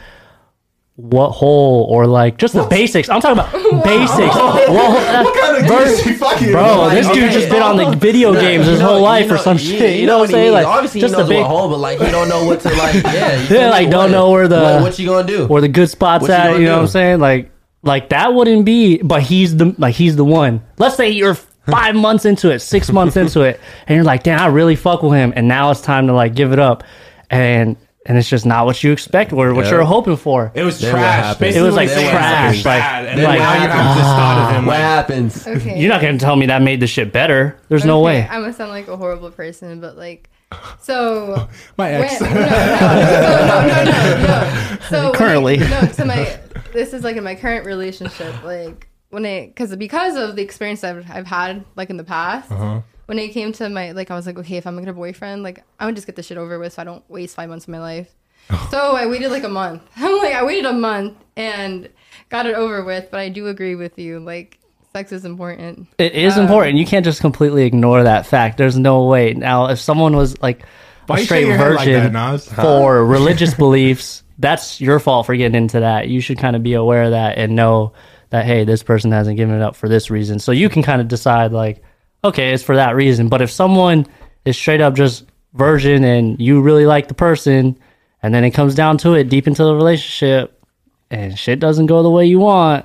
Speaker 2: what hole or like just the basics. I'm talking about basics. Well,
Speaker 5: kind of
Speaker 2: Bro,
Speaker 5: dude is he fucking?
Speaker 2: Bro,
Speaker 5: Like,
Speaker 2: this dude
Speaker 3: okay.
Speaker 2: just been on the video games his
Speaker 3: You know-
Speaker 2: whole
Speaker 3: you
Speaker 2: life or
Speaker 3: know-
Speaker 2: some
Speaker 3: you-
Speaker 2: shit. You, know what I'm
Speaker 3: he
Speaker 2: saying?
Speaker 3: means.
Speaker 2: Like,
Speaker 3: obviously
Speaker 2: just
Speaker 3: he
Speaker 2: the
Speaker 3: knows
Speaker 2: big
Speaker 3: what hole, but like he don't know what to like. Yeah, you
Speaker 2: Yeah, like,
Speaker 3: what-
Speaker 2: don't know where the-
Speaker 3: what, what you gonna do.
Speaker 2: where the good spots
Speaker 3: What you
Speaker 2: at. You,
Speaker 3: gonna
Speaker 2: know
Speaker 3: do?
Speaker 2: what I'm saying? Like, like that wouldn't be. But he's the like he's the one. Let's say you're five months into it, six months into it, and you're like, damn, I really fuck with him, and now it's time to like give it up, and and it's just not what you expect or what
Speaker 3: Yeah.
Speaker 2: you're hoping for.
Speaker 4: It was
Speaker 3: Then what
Speaker 4: trash.
Speaker 3: happened?
Speaker 4: Basically
Speaker 2: It was,
Speaker 4: what
Speaker 2: like,
Speaker 4: they said
Speaker 2: trash, like-
Speaker 4: bad, and then
Speaker 2: like-
Speaker 4: now you have this thought of him.
Speaker 3: what
Speaker 4: Like,
Speaker 3: happens?
Speaker 1: okay,
Speaker 2: You're not gonna tell me that made the shit better. There's no
Speaker 1: Okay,
Speaker 2: way.
Speaker 1: I'm gonna sound like a horrible person, but like, so
Speaker 2: ah.
Speaker 4: my
Speaker 1: when,
Speaker 4: ex.
Speaker 1: no, no, no, no, no, no. So when I-
Speaker 2: Currently.
Speaker 1: no. So my this is like in my current relationship, like when I because because of the experience I've I've had like in the past.
Speaker 4: Uh-huh.
Speaker 1: When it came to my like, I was like, okay, if I'm gonna get a boyfriend, like I would just get this shit over with, so I don't waste five months of my life. so I waited like a month. I'm like, I waited a month and got it over with. But I do agree with you, like sex is important.
Speaker 2: It is important. You can't just completely ignore that fact. There's no way. Now, if someone was like a
Speaker 4: Why you
Speaker 2: straight
Speaker 4: shake your head like
Speaker 2: virgin
Speaker 4: that, Nas?
Speaker 2: for religious beliefs, that's your fault for getting into that. You should kind of be aware of that and know that hey, this person hasn't given it up for this reason. So you can kind of decide like, okay, it's for that reason. But if someone is straight up just virgin and you really like the person, and then it comes down to it, deep into the relationship, and shit doesn't go the way you want,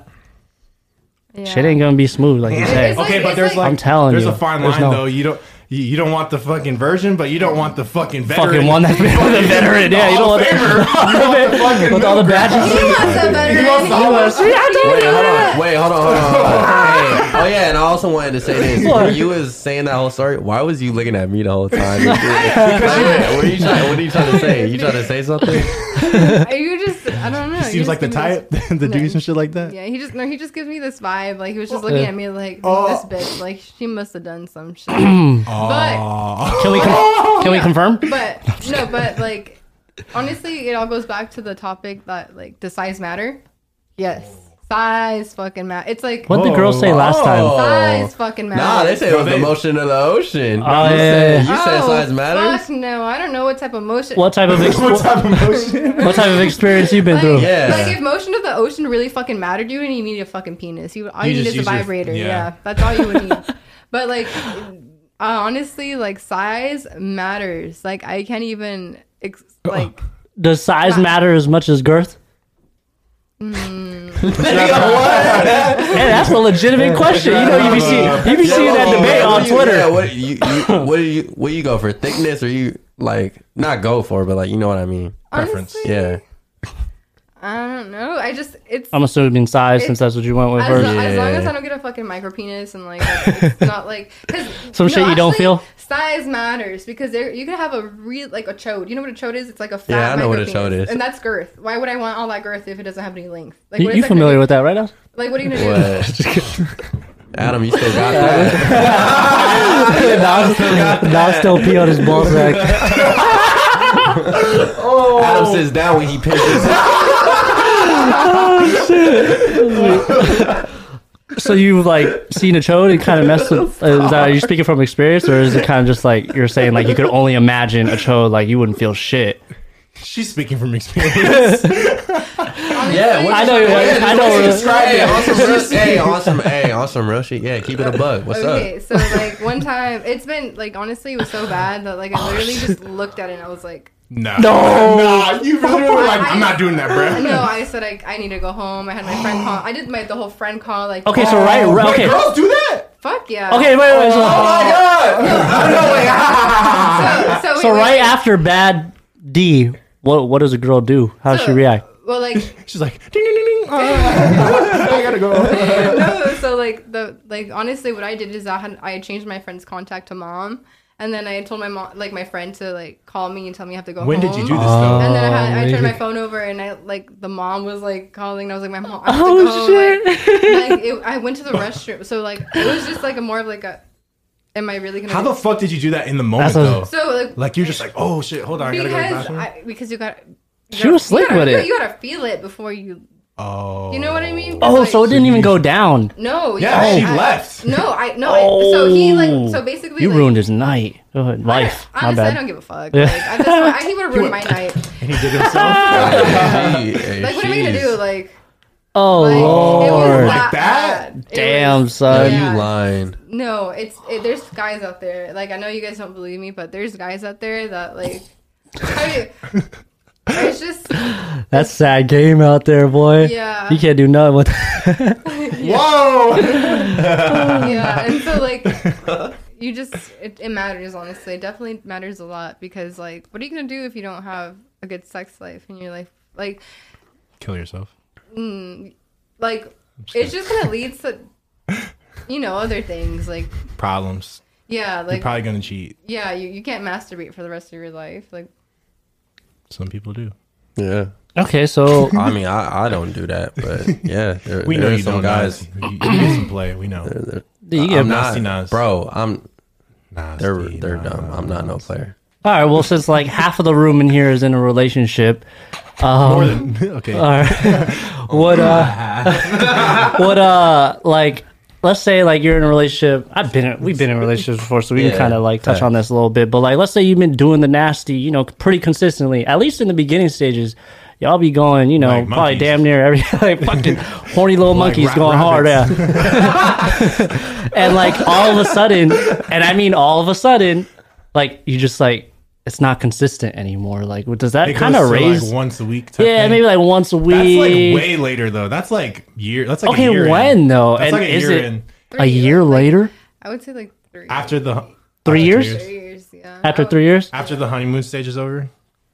Speaker 1: Yeah.
Speaker 2: shit ain't gonna be smooth like you say.
Speaker 1: It's like-
Speaker 4: okay, but
Speaker 1: it's
Speaker 4: there's
Speaker 1: like-
Speaker 4: like
Speaker 2: I'm telling
Speaker 4: there's
Speaker 2: you.
Speaker 4: a fine
Speaker 2: There's
Speaker 4: line
Speaker 2: no-
Speaker 4: though. You don't you, you don't want the fucking version, but you don't want the fucking veteran.
Speaker 2: fucking one that the veteran. Yeah, you don't want that with all the badges.
Speaker 1: He wants a better.
Speaker 2: He was-
Speaker 3: Wait, hold on. Wait, hold on, hold on. Hold on. Hey. Oh yeah, and I also wanted to say this. When you was saying that whole story, why was you looking at me the whole time? Because you- what are you trying? What are you trying to say? You trying to say something?
Speaker 1: Are you just? I don't know.
Speaker 4: Seems like the type, the dudes and shit like that.
Speaker 1: Yeah, he just no. He just gives me this vibe. Like he was just looking
Speaker 2: Yeah.
Speaker 1: at me like
Speaker 3: Oh.
Speaker 1: this bitch. Like she must have done some shit.
Speaker 3: Oh.
Speaker 1: but
Speaker 2: Can we con- can we confirm?
Speaker 1: but no. But like honestly, it all goes back to the topic that like does size matter? Yes, size fucking matter. It's like
Speaker 2: What did the girl say last time?
Speaker 1: size fucking matter.
Speaker 3: Nah, they say it was the motion of the ocean.
Speaker 2: Oh, yeah,
Speaker 3: you said,
Speaker 2: yeah,
Speaker 3: you said size matters.
Speaker 1: Fuck no, I don't know what type of motion.
Speaker 2: What type of ex-
Speaker 5: what
Speaker 2: what
Speaker 5: type of motion?
Speaker 2: type of experience you been
Speaker 1: Like,
Speaker 2: through?
Speaker 3: Yeah.
Speaker 1: like if motion of the ocean really fucking mattered to you and you need a fucking penis, you all you,
Speaker 4: You
Speaker 1: need is
Speaker 4: just
Speaker 1: a
Speaker 4: use your-
Speaker 1: vibrator.
Speaker 4: yeah.
Speaker 1: yeah. that's all you would need. but like, uh, honestly, like size matters. Like I can't even ex- like
Speaker 2: Does size matter as much as girth? Hmm. hey, that's a legitimate question. You know, you be seeing you be seeing that debate on
Speaker 3: what you- Yeah,
Speaker 2: Twitter.
Speaker 3: what you, you what do you what do you go for thickness or you like not go for but like you know what I mean?
Speaker 4: Preference.
Speaker 1: honestly,
Speaker 3: Yeah.
Speaker 1: I don't know. I just it's.
Speaker 2: I'm assuming size, since that's what you went with
Speaker 1: as, lo-
Speaker 2: first.
Speaker 1: as long as
Speaker 3: Yeah.
Speaker 1: I don't get a fucking micro penis and like it's not like cause,
Speaker 2: Some shit you don't feel?
Speaker 1: size matters because there you can have a real like a chode. You know what a chode is? It's like a fat.
Speaker 3: Yeah, I know what a
Speaker 1: micro
Speaker 3: chode
Speaker 1: penis.
Speaker 3: is.
Speaker 1: and that's girth. Why would I want all that girth if it doesn't have any length? Like
Speaker 2: You,
Speaker 1: what is
Speaker 2: you
Speaker 1: that gonna
Speaker 2: familiar
Speaker 1: do?
Speaker 2: with that, right? Now?
Speaker 1: Like what are you gonna do?
Speaker 3: But Adam, you still got that?
Speaker 2: Now I still pee on his ball sack.
Speaker 3: Adam sits down when he pisses.
Speaker 2: So you've like seen a chode and kind of messed with. Is that, are you speaking from experience, or is it kind of just like you're saying, like you could only imagine a chode, like you wouldn't feel shit?
Speaker 4: She's speaking from experience.
Speaker 3: Yeah, what-
Speaker 2: I know. Like, I know.
Speaker 3: Describe it. Awesome, real, hey, awesome, hey, awesome, real shit. Yeah, keep it a bug. What's
Speaker 1: Okay,
Speaker 3: up?
Speaker 1: so like one time, it's been like honestly, it was so bad that
Speaker 2: Oh,
Speaker 1: like I literally just looked at it and I was like,
Speaker 4: no.
Speaker 1: Oh
Speaker 4: No. you really were like, I'm not doing that, bro.
Speaker 1: no, I said I, I need to go home. I had my friend call. I did my the whole friend call like. "Oh,
Speaker 2: Okay, so right, right
Speaker 4: Wait,
Speaker 2: okay, okay,
Speaker 4: girls do that?
Speaker 1: Fuck yeah.
Speaker 2: wait, wait. So,
Speaker 1: Oh So, so,
Speaker 2: so
Speaker 1: wait,
Speaker 2: right
Speaker 1: wait.
Speaker 2: after bad D, what what does a girl do? How does she
Speaker 1: So-
Speaker 2: react?
Speaker 1: Well, like
Speaker 4: She's like, ding, ding, ding, ding. Uh,
Speaker 2: Ah.
Speaker 4: I gotta go.
Speaker 1: no, so like the like honestly, what I did is I had I had changed my friend's contact to mom, and then I had told my mom like my friend to like call me and tell me I have to go.
Speaker 4: When
Speaker 1: home.
Speaker 4: did you do this, though?
Speaker 1: And then I, had, I turned my
Speaker 2: Oh, Amazing.
Speaker 1: phone over, and I like the mom was like calling. And I was like, "My mom, I have to
Speaker 2: Oh,
Speaker 1: go." Like, like it, I went to the restroom, so like it was just like a more of like a, am I really gonna?
Speaker 4: How the fuck did you do that in the moment,
Speaker 2: That's a-
Speaker 4: though?
Speaker 1: so like
Speaker 4: Like, you're just like, oh, shit, hold on. I gotta go to the
Speaker 1: because
Speaker 4: bathroom.
Speaker 1: I, because you got
Speaker 2: She was slick with it.
Speaker 1: You gotta feel it before you.
Speaker 4: oh.
Speaker 1: You know what I mean? 'Cause,
Speaker 2: Oh,
Speaker 1: like,
Speaker 2: so it didn't even go down.
Speaker 1: No.
Speaker 4: Yeah, she
Speaker 1: I-
Speaker 4: left.
Speaker 1: No, I no. I, so he like so basically
Speaker 2: Oh, you
Speaker 1: like,
Speaker 2: ruined his night, Go ahead. life. My
Speaker 1: Honestly, I don't
Speaker 2: bad.
Speaker 1: give a fuck. Like, I just, I, he would have ruined my night.
Speaker 4: And he did himself.
Speaker 1: Like, what am I gonna do? Like,
Speaker 2: Oh
Speaker 1: like it
Speaker 2: lord,
Speaker 1: was
Speaker 4: Like
Speaker 1: that
Speaker 4: that?
Speaker 1: bad. It
Speaker 2: damn
Speaker 1: was-
Speaker 2: son.
Speaker 1: Yeah.
Speaker 3: You lying?
Speaker 1: no, it's it, there's guys out there. Like, I know you guys don't believe me, but there's guys out there that like. I mean, it's just
Speaker 2: That's sad game out there, boy.
Speaker 1: Yeah.
Speaker 2: You can't do nothing with
Speaker 4: Whoa.
Speaker 1: yeah, and so like. You just it, it matters honestly. It definitely matters a lot because like, what are you gonna do if you don't have a good sex life in your life? Like,
Speaker 4: Kill yourself.
Speaker 1: like it's just gonna lead to you know other things like
Speaker 4: Problems.
Speaker 1: yeah
Speaker 4: You're
Speaker 1: like
Speaker 4: probably gonna cheat.
Speaker 1: yeah you, you can't masturbate for the rest of your life like
Speaker 4: Some people do.
Speaker 3: Yeah.
Speaker 2: Okay, so
Speaker 3: I mean, I, I don't do that, but yeah, there,
Speaker 4: We
Speaker 3: there
Speaker 4: know
Speaker 3: are
Speaker 4: you
Speaker 3: some
Speaker 4: don't
Speaker 3: guys.
Speaker 4: guys. You, you get some play. We know.
Speaker 2: you get
Speaker 3: I'm
Speaker 4: nasty
Speaker 3: not,
Speaker 4: Nas.
Speaker 3: bro. I'm
Speaker 4: Nasty,
Speaker 3: they're they're
Speaker 4: nah.
Speaker 3: dumb. I'm not no player.
Speaker 2: All right. Well, since like half of the room in here is in a relationship,
Speaker 4: More than okay.
Speaker 2: Uh, what uh, what uh, like let's say like you're in a relationship. I've been in, we've been in relationships before, so we
Speaker 3: Yeah,
Speaker 2: can kind of like touch on this a little bit. But like, let's say you've been doing the nasty, you know, pretty consistently, at least in the beginning stages. Y'all be going, you know,
Speaker 4: Like
Speaker 2: probably
Speaker 4: monkeys.
Speaker 2: damn near every like fucking horny little monkeys
Speaker 4: ra-
Speaker 2: going hard,
Speaker 4: rabbits.
Speaker 2: yeah. and like all of a sudden, and I mean all of a sudden, like you just like it's not consistent anymore. Like, what- does that
Speaker 4: It
Speaker 2: kind of
Speaker 4: goes to,
Speaker 2: raise?
Speaker 4: like once a week. Type
Speaker 2: yeah,
Speaker 4: thing.
Speaker 2: maybe like once a
Speaker 4: That's like
Speaker 2: week.
Speaker 4: way later though. That's like year. That's like a
Speaker 2: okay,
Speaker 4: year
Speaker 2: when
Speaker 4: in.
Speaker 2: though? and
Speaker 4: That's like a
Speaker 2: is
Speaker 4: year
Speaker 2: it
Speaker 4: in.
Speaker 2: a year later?
Speaker 1: i would say like three
Speaker 4: after the after
Speaker 2: Three years?
Speaker 1: three years yeah Oh,
Speaker 2: After
Speaker 1: I would-
Speaker 2: three years?
Speaker 4: after the honeymoon stage is over.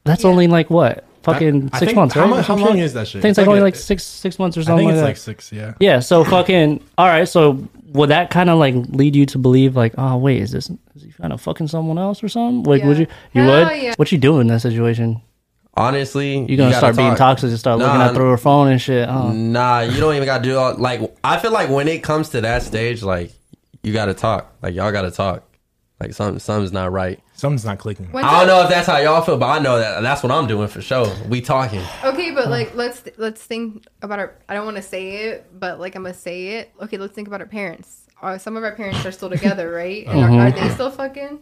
Speaker 2: That's only like what? Fucking
Speaker 4: I
Speaker 2: six
Speaker 4: think-
Speaker 2: months,
Speaker 4: how
Speaker 2: right?
Speaker 4: mu-
Speaker 2: Or
Speaker 4: how
Speaker 2: some
Speaker 4: long is that shit?
Speaker 2: I think it's
Speaker 4: It's
Speaker 2: like
Speaker 4: like
Speaker 2: only
Speaker 4: a-
Speaker 2: like six six months or
Speaker 4: I
Speaker 2: something
Speaker 4: think
Speaker 2: like
Speaker 4: it's
Speaker 2: that.
Speaker 4: like six. Yeah.
Speaker 2: yeah. So fucking. All right. So would that kind of like lead you to believe like, oh wait, is this is he kind of fucking someone else or something? Like, would
Speaker 1: Yeah.
Speaker 2: you? You
Speaker 1: Hell
Speaker 2: would?
Speaker 1: yeah.
Speaker 2: What you do in that situation?
Speaker 3: Honestly,
Speaker 2: You're gonna start being toxic and start looking
Speaker 3: Nah,
Speaker 2: at through her phone and shit. huh?
Speaker 3: Nah, you don't even gotta do all. Like, I feel like when it comes to that stage, like you gotta talk. Like y'all gotta talk. Like something something's not right.
Speaker 4: Something's not clicking.
Speaker 1: Once
Speaker 3: I don't know if that's how y'all feel, but I know that that's what I'm doing for sure. We talking.
Speaker 1: okay
Speaker 2: Hmm.
Speaker 1: but like let's let's think about our i don't want to say it but like i'm gonna say it okay let's think about our parents are some of our parents are still together right and are, are
Speaker 2: Mm-hmm.
Speaker 1: they still fucking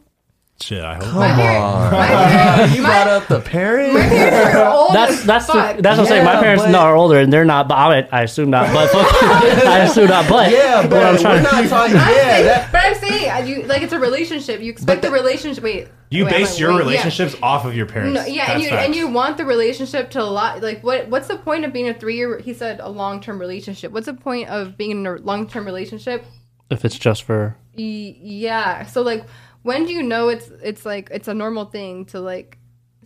Speaker 4: Shit. I hope.
Speaker 1: my parents, my parents,
Speaker 3: You brought up the parents.
Speaker 1: my parents are old
Speaker 2: That's
Speaker 1: as
Speaker 2: that's the,
Speaker 1: fuck.
Speaker 2: that's what I'm saying. My
Speaker 3: Yeah,
Speaker 2: parents
Speaker 3: but-
Speaker 2: no, are older and they're not. But I, I assume not. But I assume not. But
Speaker 3: Yeah, but
Speaker 2: I'm trying
Speaker 3: we're not talking. Yeah, that,
Speaker 1: but I'm saying, uh, you like it's a relationship. You expect the, relationship. Wait,
Speaker 4: You
Speaker 1: wait,
Speaker 4: base
Speaker 1: wait,
Speaker 4: your
Speaker 1: wait, yeah.
Speaker 4: relationships off of your parents.
Speaker 1: No, yeah, and
Speaker 4: That's
Speaker 1: you
Speaker 4: facts.
Speaker 1: and you want the relationship to a lot. Like, what what's the point of being a three year? He said a long term relationship. What's the point of being in a long term relationship?
Speaker 2: if it's just for
Speaker 1: Y- yeah. So like, when do you know it's it's like it's a normal thing to like.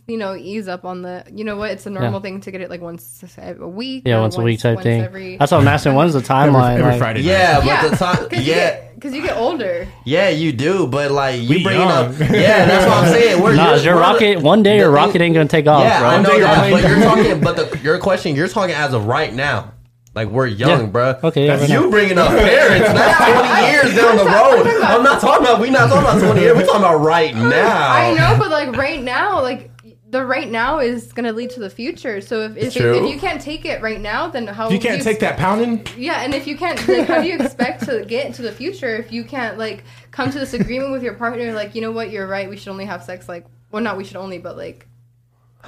Speaker 1: You know, ease up on the. You know what? It's a normal
Speaker 2: Yeah.
Speaker 1: thing to get it like once a week.
Speaker 2: yeah
Speaker 1: or
Speaker 2: once, a week type
Speaker 1: once
Speaker 2: thing.
Speaker 1: Every,
Speaker 2: That's what I'm asking. When's the timeline?
Speaker 4: every
Speaker 2: like-
Speaker 4: Friday. night.
Speaker 3: yeah, but
Speaker 1: yeah,
Speaker 3: the time.
Speaker 1: because
Speaker 3: Yeah,
Speaker 1: you get older.
Speaker 3: yeah, you do. But like you
Speaker 4: We
Speaker 3: bringing up.
Speaker 4: young.
Speaker 3: Yeah, that's what I'm saying. We're
Speaker 2: Nah,
Speaker 3: you're-
Speaker 2: your
Speaker 3: we're-
Speaker 2: rocket one day your
Speaker 3: the thing-
Speaker 2: rocket ain't gonna take off,
Speaker 3: Yeah,
Speaker 2: bro.
Speaker 3: I know
Speaker 4: Don't
Speaker 3: that,
Speaker 4: think
Speaker 3: but
Speaker 4: you're
Speaker 3: you're talking. But the, your question, you're talking as of right now. Like we're young, bro.
Speaker 2: Okay, yeah, right now.
Speaker 3: you bringing up parents. That's 20 years down the road. I'm not talking about. We not talking about 20 years. We talking about right now.
Speaker 1: I know, but like right now, like the right now is going to lead to the future. So if if,
Speaker 3: True.
Speaker 1: if you can't take it right now, then how
Speaker 4: You can't
Speaker 1: do
Speaker 4: take that pounding.
Speaker 1: Yeah, and if you can't, like, how do you expect to get into the future if you can't like come to this agreement with your partner? Like, you know what? You're right. We should only have sex. Like, well, not we should only, but like,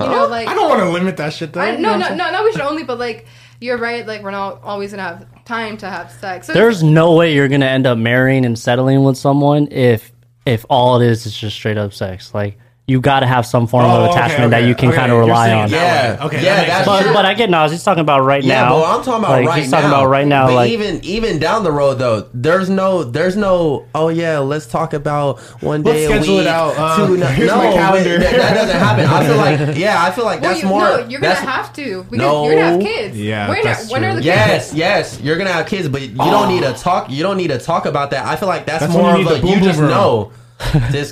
Speaker 1: you know, like oh.
Speaker 4: I don't want to limit that shit though.
Speaker 1: I- no, no, no, no. We should only, but like, you're right. Like, we're not always gonna have time to have sex. So
Speaker 2: There's no way you're gonna end up marrying and settling with someone if if all it is is just straight up sex. Like you gotta have some form
Speaker 4: Oh,
Speaker 2: of
Speaker 4: okay,
Speaker 2: attachment
Speaker 4: okay,
Speaker 2: that you can
Speaker 4: okay,
Speaker 2: kind of
Speaker 4: you're
Speaker 2: rely
Speaker 4: saying
Speaker 2: on.
Speaker 4: that.
Speaker 3: Yeah.
Speaker 4: Okay, that
Speaker 3: Yeah.
Speaker 4: makes
Speaker 3: That's
Speaker 2: But
Speaker 3: true.
Speaker 2: but I get Nas. He's talking about right
Speaker 3: Yeah,
Speaker 2: now.
Speaker 3: but I'm talking about
Speaker 2: like,
Speaker 3: right
Speaker 2: He's talking
Speaker 3: now.
Speaker 2: about right now.
Speaker 3: But
Speaker 2: like
Speaker 3: even even down the road though, there's no there's no oh yeah, let's talk about one
Speaker 4: Let's
Speaker 3: day a
Speaker 4: schedule it
Speaker 3: week,
Speaker 4: out, uh,
Speaker 3: two no,
Speaker 4: here's
Speaker 3: no,
Speaker 4: my calendar.
Speaker 3: That, that doesn't happen. I feel like yeah, I feel like
Speaker 1: well,
Speaker 3: that's
Speaker 1: you,
Speaker 3: more.
Speaker 1: no, you're gonna
Speaker 3: that's-
Speaker 1: have to because
Speaker 3: No.
Speaker 1: you're gonna have kids.
Speaker 4: Yeah,
Speaker 1: when,
Speaker 4: that's
Speaker 1: when are
Speaker 4: true.
Speaker 1: the kids?
Speaker 3: Yes, yes, you're gonna have kids, but you don't need to talk. You don't need to talk about that. I feel like that's,
Speaker 4: Ah. That's when
Speaker 3: more
Speaker 4: you
Speaker 3: of
Speaker 4: need
Speaker 3: a
Speaker 4: the
Speaker 3: you
Speaker 4: boom
Speaker 3: just
Speaker 4: boom room.
Speaker 3: know this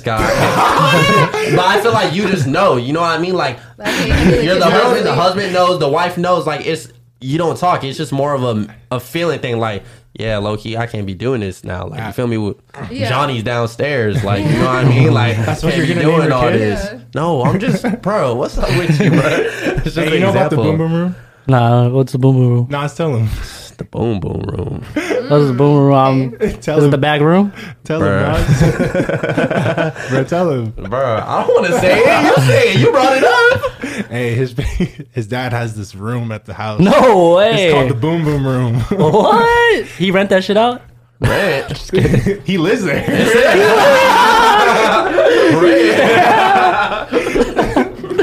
Speaker 3: guy. but I feel like you just know. You know what I mean? Like
Speaker 1: Like,
Speaker 3: you're the
Speaker 1: really-
Speaker 3: husband. The husband knows. The wife knows. Like it's you don't talk. It's just more of a a feeling thing. Like yeah, low key, I can't be doing this now. Like you feel me?
Speaker 1: Yeah.
Speaker 3: Johnny's downstairs. Like you know what I mean? Like that's
Speaker 4: what
Speaker 3: what you're
Speaker 4: you're
Speaker 3: be
Speaker 4: gonna name
Speaker 3: doing
Speaker 4: your
Speaker 3: all
Speaker 4: kid?
Speaker 3: this.
Speaker 1: Yeah.
Speaker 3: No, I'm just bro. What's up with you, bro? It's just
Speaker 4: Hey,
Speaker 3: an
Speaker 4: you know about the
Speaker 3: example.
Speaker 4: boom boom room?
Speaker 2: nah, what's the boom boom
Speaker 3: Mm,
Speaker 2: room?
Speaker 4: Nah, tell him.
Speaker 3: The boom boom room.
Speaker 2: What's the boom boom room? Um,
Speaker 4: Tell
Speaker 2: is it
Speaker 4: him.
Speaker 2: the back room?
Speaker 4: tell
Speaker 3: Bruh.
Speaker 4: him. Nas. Bro, tell him.
Speaker 3: Bro, I don't want to say it. You say it. You brought it up.
Speaker 4: Hey, his his dad has this room at the house.
Speaker 2: No way. Oh.
Speaker 4: It's called the boom boom room.
Speaker 2: what? He rent that shit out?
Speaker 3: Ranch.
Speaker 4: he lives there.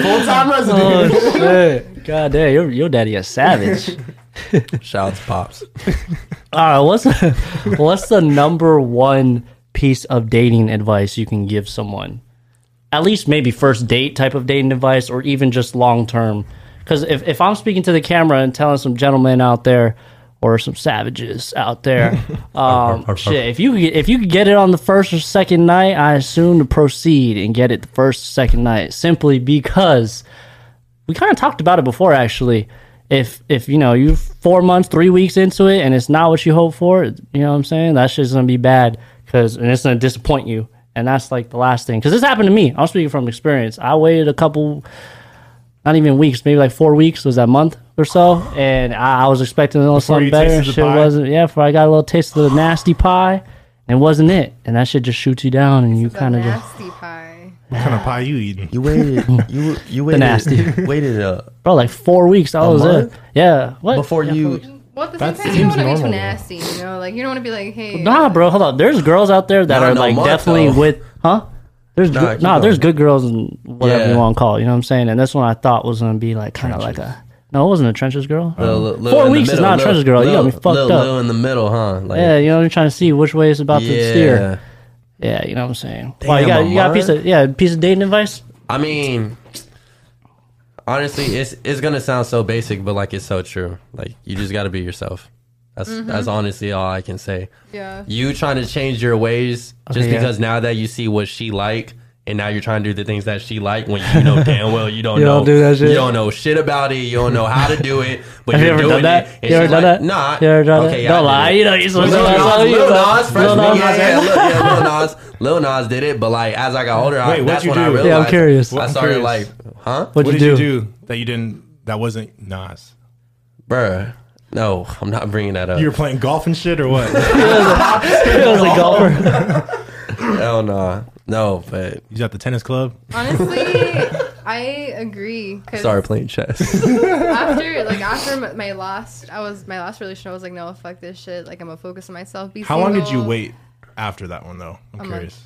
Speaker 4: Full time resident.
Speaker 2: Oh shit! God damn, your your daddy a savage.
Speaker 3: Shout out to Pops.
Speaker 2: All right, what's what's the number one piece of dating advice you can give someone? At least maybe first date type of dating advice, or even just long term. Because if if I'm speaking to the camera and telling some gentlemen out there. Or some savages out there. Um, shit, if you could get, if you could get it on the first or second night, I assume to proceed and get it the first or second night, simply because we kind of talked about it before actually if if you know you four months three weeks into it and it's not what you hope for you know what i'm saying that shit's gonna be bad because and it's gonna disappoint you and that's like the last thing because this happened to me i'm speaking from experience i waited a couple not even weeks maybe like four weeks was that month or so and i, I was expecting a little something
Speaker 4: you
Speaker 2: better
Speaker 4: tasted the
Speaker 2: shit
Speaker 4: pie?
Speaker 2: wasn't yeah before i got a little taste of the nasty pie and it wasn't it and that shit just shoots you down and you
Speaker 1: The
Speaker 2: kind of just
Speaker 1: nasty pie.
Speaker 4: What kind of pie you eating?
Speaker 3: You waited. You you waited.
Speaker 2: nasty.
Speaker 3: Waited uh,
Speaker 2: bro like four weeks i was
Speaker 3: month?
Speaker 2: it yeah what
Speaker 3: before you.
Speaker 1: Well, at the same
Speaker 4: That
Speaker 1: time, you don't want to
Speaker 4: seems
Speaker 1: be too
Speaker 4: normal.
Speaker 1: nasty. You know, like you don't want to be like, hey,
Speaker 2: Nah, bro, hold on. There's girls out there that
Speaker 3: Not
Speaker 2: are
Speaker 3: in a
Speaker 2: like
Speaker 3: month,
Speaker 2: definitely
Speaker 3: though.
Speaker 2: with, huh? There's
Speaker 3: Nah,
Speaker 2: nah,
Speaker 3: keep
Speaker 2: nah
Speaker 3: going.
Speaker 2: there's good girls and whatever
Speaker 3: Yeah.
Speaker 2: you want to call. It, you know what I'm saying? And this one I thought was gonna be like kind of like a no, it wasn't a trenches girl.
Speaker 3: Little- uh, little
Speaker 2: Four
Speaker 3: in the
Speaker 2: weeks is not
Speaker 3: middle,
Speaker 2: a
Speaker 3: little-
Speaker 2: trenches girl. You got me
Speaker 3: little-
Speaker 2: fucked
Speaker 3: little-
Speaker 2: up.
Speaker 3: little in the middle, huh? Like,
Speaker 2: yeah, you know you're trying to see which way it's about to
Speaker 3: yeah.
Speaker 2: steer. Yeah, you know what I'm saying. Why, you
Speaker 3: Damn,
Speaker 2: got you got a
Speaker 3: Amar.
Speaker 2: piece of yeah piece of dating advice?
Speaker 3: I mean, honestly, it's it's gonna sound so basic, but like it's so true. Like you just gotta be yourself. That's that's honestly all I can say.
Speaker 1: Yeah.
Speaker 3: You trying to change your ways just
Speaker 2: Okay, Oh, yeah.
Speaker 3: because now that you see what she like, and now you're trying to do the things that she like when you know damn well you don't
Speaker 2: You
Speaker 3: know
Speaker 2: don't do that shit?
Speaker 3: you don't know shit about it. You don't know how to do it, but
Speaker 2: Have you
Speaker 3: you're
Speaker 2: ever
Speaker 3: doing
Speaker 2: done that?
Speaker 3: it. and
Speaker 2: You ever
Speaker 3: she's
Speaker 2: done
Speaker 3: like,
Speaker 2: that?
Speaker 3: Nah.
Speaker 2: You ever done
Speaker 3: okay,
Speaker 2: that?
Speaker 3: yeah, I
Speaker 2: Don't
Speaker 3: did
Speaker 2: lie.
Speaker 3: it.
Speaker 2: You know you're supposed to
Speaker 3: Lil Nas,
Speaker 2: lie.
Speaker 3: Lil Nas,
Speaker 2: Lil
Speaker 3: freshman
Speaker 2: Nas.
Speaker 3: year, yeah, Lil- yeah, Lil Nas, Lil Nas did it, but like as I got older, I,
Speaker 4: Wait,
Speaker 3: that's
Speaker 4: what'd you
Speaker 3: when I
Speaker 4: do? Yeah,
Speaker 3: realized.
Speaker 4: I'm
Speaker 2: curious.
Speaker 3: I
Speaker 4: I'm
Speaker 3: started
Speaker 4: curious.
Speaker 3: like, huh,
Speaker 2: What'd
Speaker 4: What
Speaker 2: you
Speaker 4: did
Speaker 2: do?
Speaker 4: you do that you didn't? That wasn't Nas.
Speaker 3: bruh. No, I'm not bringing that up.
Speaker 4: You were playing golf and shit, or what?
Speaker 2: It was a golfer.
Speaker 3: Hell no, no. But
Speaker 4: He's at the tennis club.
Speaker 1: honestly, I agree. 'cause
Speaker 3: started playing chess.
Speaker 1: after like after my- my last I was my last relationship I was like no fuck this shit like I'm gonna focus on myself be
Speaker 4: How long did you
Speaker 1: single
Speaker 4: wait after that one though? I'm curious.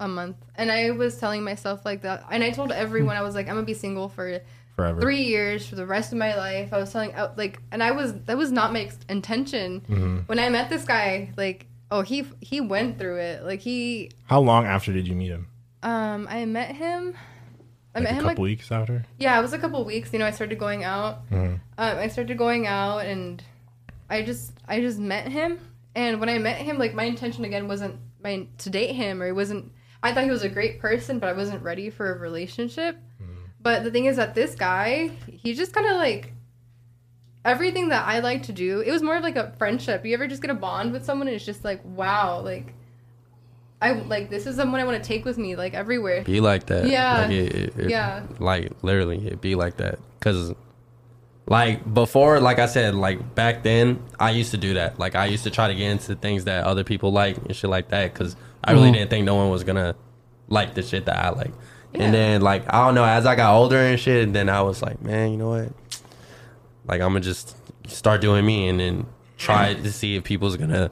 Speaker 1: a month and I was telling myself like that and I told everyone I was like I'm gonna be single for
Speaker 4: Forever.
Speaker 1: three years for the rest of my life I was telling out like and I was that was not my ex- intention
Speaker 4: Mm-hmm.
Speaker 1: when I met this guy like oh he he went through it like he
Speaker 4: How long after did you meet him?
Speaker 1: um I met him I
Speaker 4: Like
Speaker 1: met
Speaker 4: a
Speaker 1: him
Speaker 4: couple
Speaker 1: like
Speaker 4: weeks after.
Speaker 1: yeah, it was a couple weeks. You know, I started going out. Um, I started going out, and I just I just met him. And when I met him, like my intention again wasn't my to date him, or he wasn't. I thought he was a great person, but I wasn't ready for a relationship. But the thing is that this guy, he just kind of like everything that I like to do. It was more of like a friendship. You ever just get a bond with someone, and it's just like wow, like I like this is someone I want to take with me like everywhere.
Speaker 3: be like that.
Speaker 1: Yeah.
Speaker 3: Like, it- it- it-
Speaker 1: Yeah.
Speaker 3: Like literally, it be like that. Cause, like before, like I said, like back then, I used to do that. Like I used to try to get into things that other people like and shit like that. Cause I really didn't think no one was gonna like the shit that I like.
Speaker 1: Yeah.
Speaker 3: And then like I don't know, as I got older and shit, then I was like, man, you know what? Like I'm gonna just start doing me and then try to see if people's gonna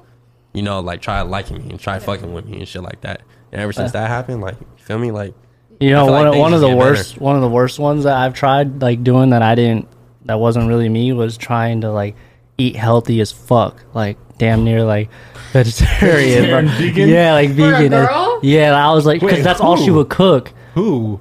Speaker 3: you know, like try liking me and try fucking with me and shit like that. And ever since that happened, like, you feel me? Like,
Speaker 2: You
Speaker 3: I
Speaker 2: know,
Speaker 3: feel like
Speaker 2: one,
Speaker 3: things
Speaker 2: one of the
Speaker 3: just get
Speaker 2: worst one of the worst ones that I've tried like doing that I didn't that wasn't really me was trying to like eat healthy as fuck. Like damn near like vegetarian.
Speaker 4: Vegetarian,
Speaker 2: bro.
Speaker 4: vegan?
Speaker 2: Yeah, like
Speaker 1: a
Speaker 2: vegan. And-
Speaker 1: girl?
Speaker 2: Yeah, and I was like
Speaker 4: Wait,
Speaker 2: cuz that's all she
Speaker 4: who?
Speaker 2: would cook.
Speaker 4: Who?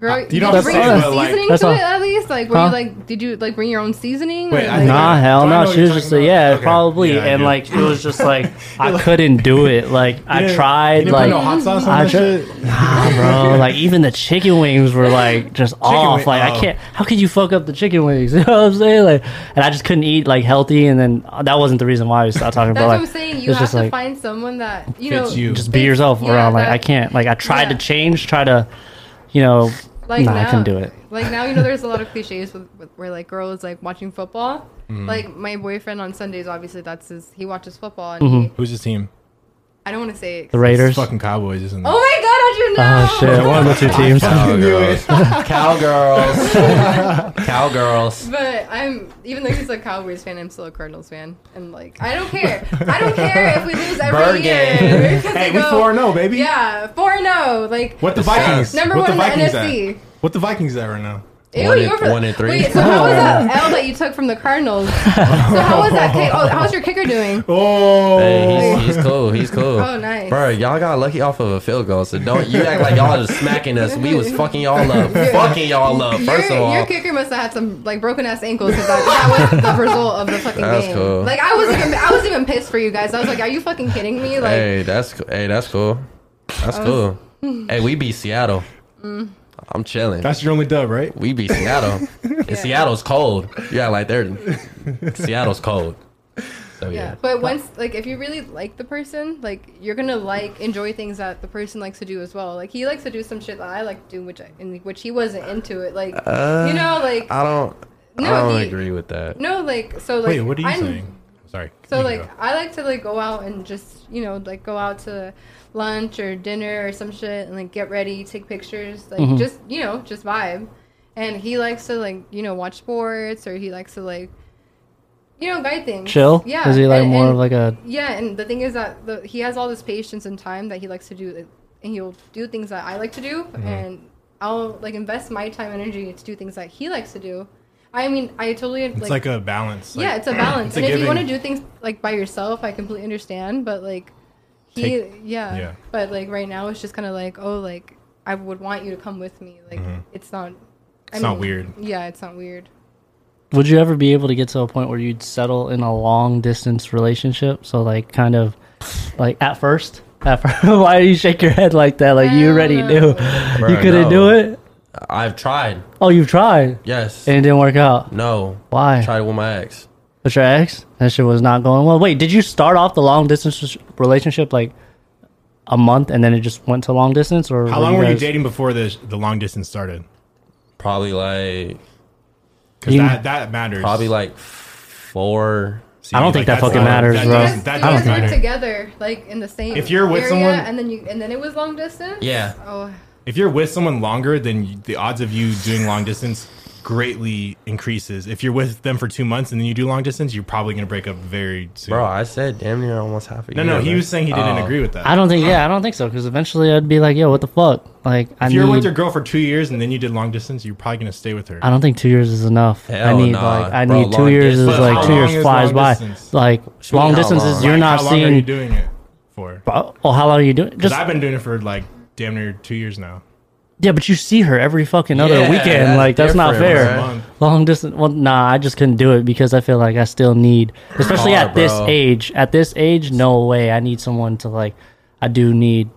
Speaker 1: Girl,
Speaker 4: you
Speaker 1: you know,
Speaker 4: know what I'm
Speaker 1: bring
Speaker 4: saying,
Speaker 1: your
Speaker 4: but,
Speaker 1: own
Speaker 4: like-
Speaker 1: seasoning
Speaker 2: That's
Speaker 1: to
Speaker 2: all-
Speaker 1: it at least. Like, were
Speaker 2: Huh?
Speaker 1: you like, did you like bring your own seasoning?
Speaker 4: Wait,
Speaker 1: or,
Speaker 4: I
Speaker 1: like,
Speaker 4: think
Speaker 2: Nah,
Speaker 4: I-
Speaker 2: hell
Speaker 4: do I know
Speaker 2: no.
Speaker 4: what
Speaker 2: She
Speaker 4: you're
Speaker 2: was just
Speaker 4: talking
Speaker 2: like,
Speaker 4: about?
Speaker 2: yeah,
Speaker 4: Okay.
Speaker 2: probably.
Speaker 4: Yeah, I
Speaker 2: and
Speaker 4: do.
Speaker 2: like, it was just like, I couldn't do it. Like, I
Speaker 4: You
Speaker 2: tried,
Speaker 4: didn't put no
Speaker 2: like,
Speaker 4: hot sauce on
Speaker 2: I
Speaker 4: that
Speaker 2: ju-
Speaker 4: shit?
Speaker 2: nah, bro. Like, even the chicken wings were like just off.
Speaker 4: wing-
Speaker 2: like,
Speaker 4: oh.
Speaker 2: I can't. How could you fuck up the chicken wings? You know what I'm saying? Like, and I just couldn't eat like healthy. And then uh, that wasn't the reason why we stopped talking
Speaker 1: That's
Speaker 2: about.
Speaker 1: what
Speaker 2: Like,
Speaker 1: I'm saying. You have
Speaker 2: it's just
Speaker 1: to
Speaker 2: like
Speaker 1: find someone that you know.
Speaker 4: Fits you.
Speaker 2: just be yourself
Speaker 1: Yeah,
Speaker 2: around. Like,
Speaker 1: that-
Speaker 2: I can't. Like, I tried to
Speaker 1: Yeah.
Speaker 2: change, try to, you know,
Speaker 1: Like
Speaker 2: nah,
Speaker 1: now,
Speaker 2: I couldn't do it.
Speaker 1: Like now, you know, there's a lot of cliches with, with where like girls like watching football.
Speaker 4: Mm.
Speaker 1: Like my boyfriend on Sundays, obviously that's his. He watches football, and he,
Speaker 4: Who's his team?
Speaker 1: I don't want to say. It,
Speaker 2: Mm-hmm. The
Speaker 4: It's
Speaker 2: Raiders.
Speaker 4: fucking Cowboys, isn't it?
Speaker 1: oh my god, how'd you know?
Speaker 2: Oh shit! One of the two teams.
Speaker 3: Cowgirls. Cowgirls. Cowgirls.
Speaker 1: But I'm even though he's a Cowboys fan, I'm still a Cardinals fan, and like I don't care. I don't care if we lose every
Speaker 3: Bird
Speaker 1: year. because
Speaker 4: Hey,
Speaker 1: they
Speaker 4: we oh.
Speaker 1: go-
Speaker 4: 4 0, baby.
Speaker 1: Yeah, four and zero. Like
Speaker 4: What the
Speaker 3: Yes, sir.
Speaker 4: Vikings?
Speaker 1: Number
Speaker 4: what
Speaker 1: one
Speaker 4: the
Speaker 1: in the
Speaker 4: Vikings
Speaker 1: NFC.
Speaker 4: At? What the Vikings at right now?
Speaker 1: Ew,
Speaker 3: One
Speaker 1: you
Speaker 3: and-
Speaker 1: were for-
Speaker 3: one and three.
Speaker 1: Wait, so how was that L that you took from the Cardinals? so how was that? Kick? Oh, how's your kicker doing?
Speaker 4: Oh,
Speaker 3: Hey, he's, he's cool. He's cool.
Speaker 1: Oh, nice.
Speaker 3: Bro, y'all got lucky off of a field goal, so don't you act like y'all just smacking us. We was fucking y'all up. fucking y'all up, first
Speaker 1: your,
Speaker 3: of
Speaker 1: your
Speaker 3: all.
Speaker 1: kicker must have had some like broken ass ankles because that, that was the result of the fucking
Speaker 3: That's
Speaker 1: game.
Speaker 3: cool.
Speaker 1: Like I was even I was even pissed for you guys. I was like, are you fucking kidding me? Like Oh,
Speaker 3: Hey, that's co- hey, that's cool. That's cool. Hey, we beat Seattle.
Speaker 1: Mm.
Speaker 3: I'm chilling.
Speaker 4: that's your only dub, right?
Speaker 3: We beat Seattle. And Seattle's cold. Yeah, like they're Seattle's cold. So yeah.
Speaker 1: Yeah, but once like if you really like the person, like you're gonna like enjoy things that the person likes to do as well. Like he likes to do some shit that I like to do, which I, and which he wasn't into it. Like you know, like
Speaker 3: Uh, I don't
Speaker 1: No,
Speaker 3: I don't
Speaker 1: he-
Speaker 3: agree with that.
Speaker 1: no, like so like
Speaker 4: Wait, what are you
Speaker 1: I'm-
Speaker 4: saying? Sorry.
Speaker 1: So
Speaker 4: you
Speaker 1: like
Speaker 4: go.
Speaker 1: I like to like go out and just you know like go out to lunch or dinner or some shit and like get ready, take pictures,
Speaker 2: Mm-hmm.
Speaker 1: like just you know just vibe. And he likes to like you know watch sports or he likes to like you know guide things.
Speaker 2: Chill.
Speaker 1: Yeah.
Speaker 2: Is he like
Speaker 1: and-
Speaker 2: more
Speaker 1: and-
Speaker 2: of like a
Speaker 1: yeah, and the thing is that the, he has all this patience and time that he likes to do, like, and he'll do things that I like to do,
Speaker 4: Mm-hmm.
Speaker 1: and I'll like invest my time and energy to do things that he likes to do. I mean, I totally
Speaker 4: it's like, a balance.
Speaker 1: yeah, it's a balance.
Speaker 4: it's a
Speaker 1: and if
Speaker 4: giving.
Speaker 1: you want to do things like by yourself, I completely understand. But like, he,
Speaker 4: Take-
Speaker 1: yeah.
Speaker 4: yeah.
Speaker 1: But like right now, it's just kind of like, oh, like I would want you to come with me. Like it's not.
Speaker 4: Mm-hmm. It's not weird.
Speaker 1: Yeah, it's not weird.
Speaker 2: Would you ever be able to get to a point where you'd settle in a long distance relationship? So like kind of like at first? At first why do you shake your head like that? Like you
Speaker 1: Hell
Speaker 2: already
Speaker 1: no.
Speaker 2: knew
Speaker 3: Bro,
Speaker 2: you couldn't
Speaker 3: no.
Speaker 2: do it?
Speaker 3: I've tried.
Speaker 2: Oh you've tried.
Speaker 3: Yes.
Speaker 2: And it didn't work out.
Speaker 3: no.
Speaker 2: Why?
Speaker 3: Tried it with my ex.
Speaker 2: But your ex? That shit was not going well. Wait, did you start off the long distance relationship like a month and then it just went to long distance or
Speaker 4: How long were you
Speaker 2: guys-
Speaker 4: dating before the the long distance started?
Speaker 3: Probably like
Speaker 4: Because
Speaker 2: You-
Speaker 4: that that matters.
Speaker 3: probably like four.
Speaker 2: I don't think that fucking matters,
Speaker 4: that
Speaker 2: bro.
Speaker 4: Doesn't,
Speaker 1: you
Speaker 4: that
Speaker 1: guys
Speaker 4: doesn't
Speaker 1: you guys
Speaker 4: matter.
Speaker 1: were together, like in the same.
Speaker 4: If you're with
Speaker 1: area,
Speaker 4: someone-
Speaker 1: and then you, and then it was long distance.
Speaker 3: Yeah.
Speaker 1: Oh,
Speaker 4: If you're with someone longer, then you, the odds of you doing long distance greatly increases. If you're with them for two months and then you do long distance, you're probably gonna break up very soon.
Speaker 3: Bro, I said damn near almost half a
Speaker 4: no,
Speaker 3: year.
Speaker 4: no, he
Speaker 3: man.
Speaker 4: was saying he didn't
Speaker 3: Oh.
Speaker 4: agree with that.
Speaker 2: I don't think yeah, I don't think so cuz eventually I'd be like, "Yo, what the fuck?" Like I
Speaker 4: if you're with
Speaker 2: need
Speaker 4: your girl for two years and then you did long distance, you're probably gonna stay with her.
Speaker 2: I don't think two years is enough. I
Speaker 3: Hell
Speaker 2: need
Speaker 3: nah,
Speaker 2: like I
Speaker 3: bro.
Speaker 2: need
Speaker 3: Long
Speaker 2: two years
Speaker 3: distance.
Speaker 2: is
Speaker 4: But
Speaker 2: like
Speaker 4: how
Speaker 2: two
Speaker 4: long
Speaker 2: years
Speaker 4: is
Speaker 2: flies
Speaker 4: long
Speaker 2: by.
Speaker 4: distance?
Speaker 2: Like
Speaker 3: Shoot,
Speaker 2: long
Speaker 3: how
Speaker 2: distances,
Speaker 3: long?
Speaker 2: you're
Speaker 4: Like,
Speaker 2: not
Speaker 4: how long are you
Speaker 2: seeing.
Speaker 4: doing it for?
Speaker 2: Oh, how long are you doing? Just
Speaker 4: Because I've been doing it for like damn near two years now.
Speaker 2: yeah, but you see her every fucking other
Speaker 3: Yeah,
Speaker 2: weekend.
Speaker 3: that's
Speaker 2: like that's not
Speaker 3: different,
Speaker 2: fair.
Speaker 3: man.
Speaker 4: Month.
Speaker 2: Long distance. Well, nah, I just couldn't do it because I feel like I still need, especially
Speaker 3: hard,
Speaker 2: at this
Speaker 3: bro.
Speaker 2: age. At this age, no way. I need someone to like. I do need,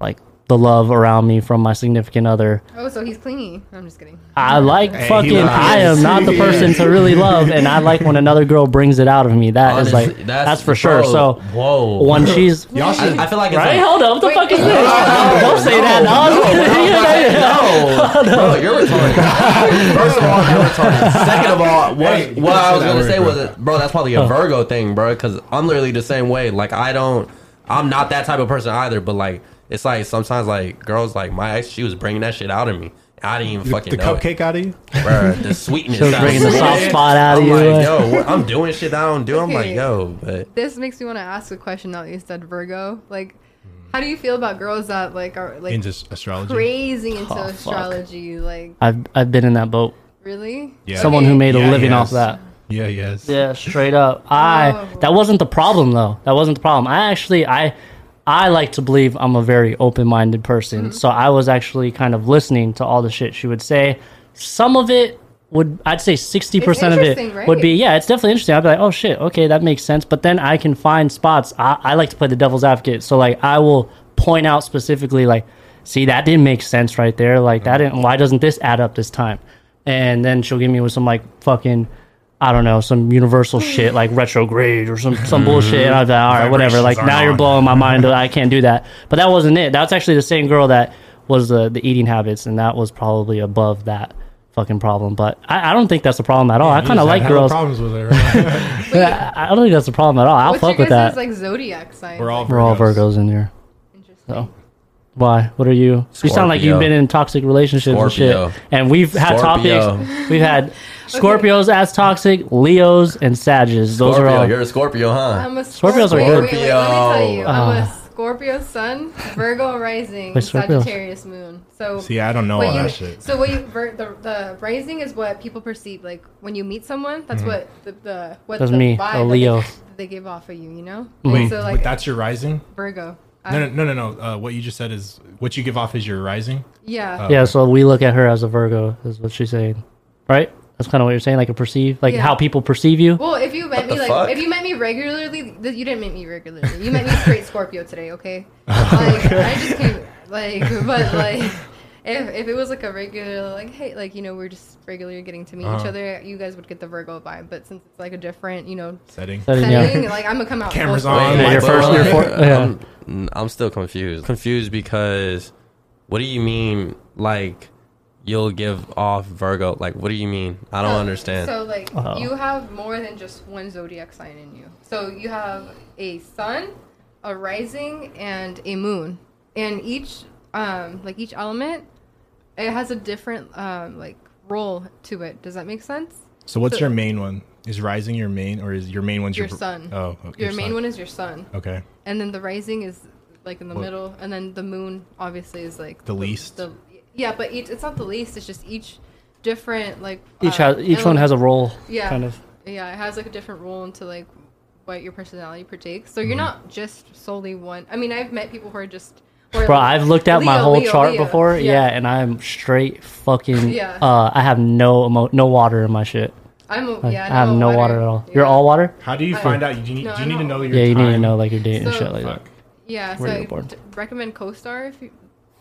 Speaker 2: like the love around me from my significant other.
Speaker 1: Oh, so he's clingy. I'm just kidding.
Speaker 2: I like
Speaker 4: he
Speaker 2: fucking.
Speaker 4: lies.
Speaker 2: I am not the person to really love, and I like when another girl brings it out of me. That is
Speaker 3: Honestly,
Speaker 2: like that's, for sure.
Speaker 3: bro,
Speaker 2: So
Speaker 3: whoa,
Speaker 2: when she's
Speaker 4: Y'all should.
Speaker 3: I, I feel like it's
Speaker 2: right,
Speaker 3: like,
Speaker 2: hold up, what the
Speaker 1: Wait, um,
Speaker 2: fuck is
Speaker 1: no,
Speaker 2: this? Oh, Don't Oh, say that, dog.
Speaker 3: no, bro, you're retarded. First of all, you're retarded. Second of all, what,
Speaker 4: Hey, you
Speaker 3: what
Speaker 4: can
Speaker 3: I
Speaker 4: say that
Speaker 3: was gonna
Speaker 4: word,
Speaker 3: say
Speaker 4: bro.
Speaker 3: was, that- bro, that's probably a Virgo thing, bro, because I'm literally the same way. Like, I don't, I'm not that type of person either. But like, it's like sometimes like girls like my ex, she was bringing that shit out of me. I didn't even fucking
Speaker 4: the
Speaker 3: know it.
Speaker 4: cupcake out of you?
Speaker 3: Bruh, the sweetness.
Speaker 2: She was
Speaker 3: out of
Speaker 2: bringing the
Speaker 3: it.
Speaker 2: soft spot out of
Speaker 3: I'm
Speaker 2: you,
Speaker 3: Like,
Speaker 2: like-
Speaker 3: yo, what- I'm doing shit that I don't do. I'm like,
Speaker 1: Okay.
Speaker 3: yo, but
Speaker 1: This makes me want to ask a question now that you said Virgo.
Speaker 4: Mm.
Speaker 1: Like, how do you feel about girls that like are like
Speaker 4: In just astrology.
Speaker 1: crazy into
Speaker 2: fuck.
Speaker 1: astrology? Like,
Speaker 2: I've I've been in that boat.
Speaker 1: really?
Speaker 4: Yeah.
Speaker 2: Someone who made a
Speaker 4: Yeah,
Speaker 2: living
Speaker 4: yes.
Speaker 2: off that.
Speaker 4: Yeah, yes.
Speaker 2: Yeah, straight up. I
Speaker 1: Oh.
Speaker 2: that wasn't the problem though. That wasn't the problem. I actually I I like to believe I'm a very open-minded person.
Speaker 1: Mm.
Speaker 2: So I was actually kind of listening to all the shit she would say. Some of it would I'd say 60% of it
Speaker 1: interesting, right?
Speaker 2: would be yeah, it's definitely interesting. I'd be like, "Oh shit, okay, that makes sense." But then I can find spots. I, I like to play the devil's advocate. So like I will point out specifically like, "See, that didn't make sense right there. Like that didn't why doesn't this add up this time?" And then she'll give me with some like fucking I don't know, some universal shit like retrograde or some some bullshit. And I was like, all right, whatever.
Speaker 4: Vibrations
Speaker 2: Like
Speaker 4: are
Speaker 2: now you're
Speaker 4: on.
Speaker 2: blowing my mind. I can't do that. But that wasn't it. That's actually the same girl that was the the eating habits, and that was probably above that fucking problem. But I, I don't think that's a problem at all. I kind of like
Speaker 4: Having
Speaker 2: girls. I
Speaker 4: Problems with it. Right?
Speaker 2: I don't think that's a problem at all. I'll
Speaker 1: What's your
Speaker 2: fuck with
Speaker 1: guys'
Speaker 2: that.
Speaker 1: like zodiac sign?
Speaker 4: We're all
Speaker 2: We're all
Speaker 4: Virgos.
Speaker 2: Virgos in here. Uh,
Speaker 1: Interesting.
Speaker 2: Why? What are you? You sound like you've
Speaker 3: Scorpio.
Speaker 2: been in toxic relationships
Speaker 3: Scorpio.
Speaker 2: and shit. And we've had
Speaker 3: Scorpio.
Speaker 2: topics. We've had Scorpios as toxic, Leos and Sages. Those are
Speaker 3: Scorpio,
Speaker 2: all.
Speaker 3: you're a Scorpio, huh?
Speaker 1: I'm a
Speaker 2: Scorpios
Speaker 1: Scorpio.
Speaker 2: are
Speaker 1: Wait,
Speaker 2: good. Ah.
Speaker 1: wait, wait, let me tell you.
Speaker 3: Scorpio.
Speaker 1: I'm a Scorpio sun, Virgo rising,
Speaker 2: Wait, Scorpios.
Speaker 1: Sagittarius moon. So
Speaker 4: See, I don't know
Speaker 1: what
Speaker 4: all
Speaker 1: you-
Speaker 4: that shit.
Speaker 1: So what you ver- the, the rising is what people perceive. Like when you meet someone,
Speaker 4: Mm-hmm.
Speaker 1: that's what the, the what
Speaker 2: That's
Speaker 1: the
Speaker 2: me, a
Speaker 1: vibe that they-
Speaker 2: Leo. Mm-hmm.
Speaker 1: that they give off of you. You know.
Speaker 4: Wait,
Speaker 1: so
Speaker 4: but
Speaker 1: like
Speaker 4: that's your rising?
Speaker 1: Virgo. I-
Speaker 4: No, no, no, no. no. Uh, what you just said is what you give off is your rising. Uh,
Speaker 1: Yeah.
Speaker 2: Yeah, so we look at her as a Virgo, is what she's saying, right? That's kind of what you're saying, like a perceive, like
Speaker 1: Yeah.
Speaker 2: how people perceive you.
Speaker 1: Well, if you met me
Speaker 3: the
Speaker 1: like
Speaker 3: fuck?
Speaker 1: if you met me regularly, th- you didn't meet me regularly. You met me straight Scorpio today, okay? Like I just came like, but like if if it was like a regular like hey like you know we're just regularly getting to meet
Speaker 3: Uh-huh.
Speaker 1: each other, you guys would get the Virgo vibe. But since it's like a different you know
Speaker 4: Setting.
Speaker 2: Setting, yeah.
Speaker 1: setting, like I'm gonna come out. full
Speaker 4: Cameras
Speaker 1: Scorpio.
Speaker 4: on.
Speaker 2: Yeah,
Speaker 3: Like,
Speaker 2: your
Speaker 3: but
Speaker 2: first-
Speaker 3: like,
Speaker 2: your fourth- yeah.
Speaker 3: I'm, n- I'm still confused. Confused because what do you mean? Like you'll give off Virgo? Like what do you mean? I don't
Speaker 1: So-
Speaker 3: Oh, understand.
Speaker 1: So like
Speaker 2: Oh.
Speaker 1: you have more than just one zodiac sign in you. So you have a sun, a rising, and a moon. And each um like each element it has a different um like role to it. Does that make sense?
Speaker 4: So what's
Speaker 1: So-
Speaker 4: your main one? Is rising your main, or is your main one's your,
Speaker 1: Your sun.
Speaker 4: Oh, okay,
Speaker 1: Your main
Speaker 4: sun.
Speaker 1: one is your sun.
Speaker 4: Okay.
Speaker 1: And then the rising is like in the
Speaker 4: Well-
Speaker 1: middle and then the moon obviously is like
Speaker 4: The least?
Speaker 1: the, yeah, but each, it's not the least, it's just each different like
Speaker 2: Each
Speaker 1: uh,
Speaker 2: has, each one
Speaker 1: element.
Speaker 2: has a role,
Speaker 1: yeah
Speaker 2: kind of.
Speaker 1: yeah it has like a different role into like what your personality partakes so
Speaker 2: Mm-hmm.
Speaker 1: you're not just solely one i mean i've met people who are just who are
Speaker 2: Bro,
Speaker 1: like,
Speaker 2: I've looked at my
Speaker 1: Leo,
Speaker 2: whole
Speaker 1: Leo,
Speaker 2: chart
Speaker 1: Leo.
Speaker 2: before, yeah. and I'm straight fucking.
Speaker 1: Yeah.
Speaker 2: Uh, I have no emo- no water in my shit.
Speaker 1: i'm a, yeah,
Speaker 2: I have
Speaker 1: I'm a
Speaker 2: no water. at all. You're
Speaker 1: Yeah.
Speaker 2: all water.
Speaker 4: How do you find out? You need,
Speaker 1: No,
Speaker 4: do
Speaker 1: I
Speaker 4: you need to
Speaker 1: don't-
Speaker 4: know your
Speaker 2: Yeah, you
Speaker 4: time?
Speaker 2: need to know like your date and
Speaker 1: So-
Speaker 2: shit like that.
Speaker 4: Fuck.
Speaker 1: yeah so
Speaker 2: Where you're
Speaker 1: i
Speaker 2: born.
Speaker 1: d- recommend co-star if you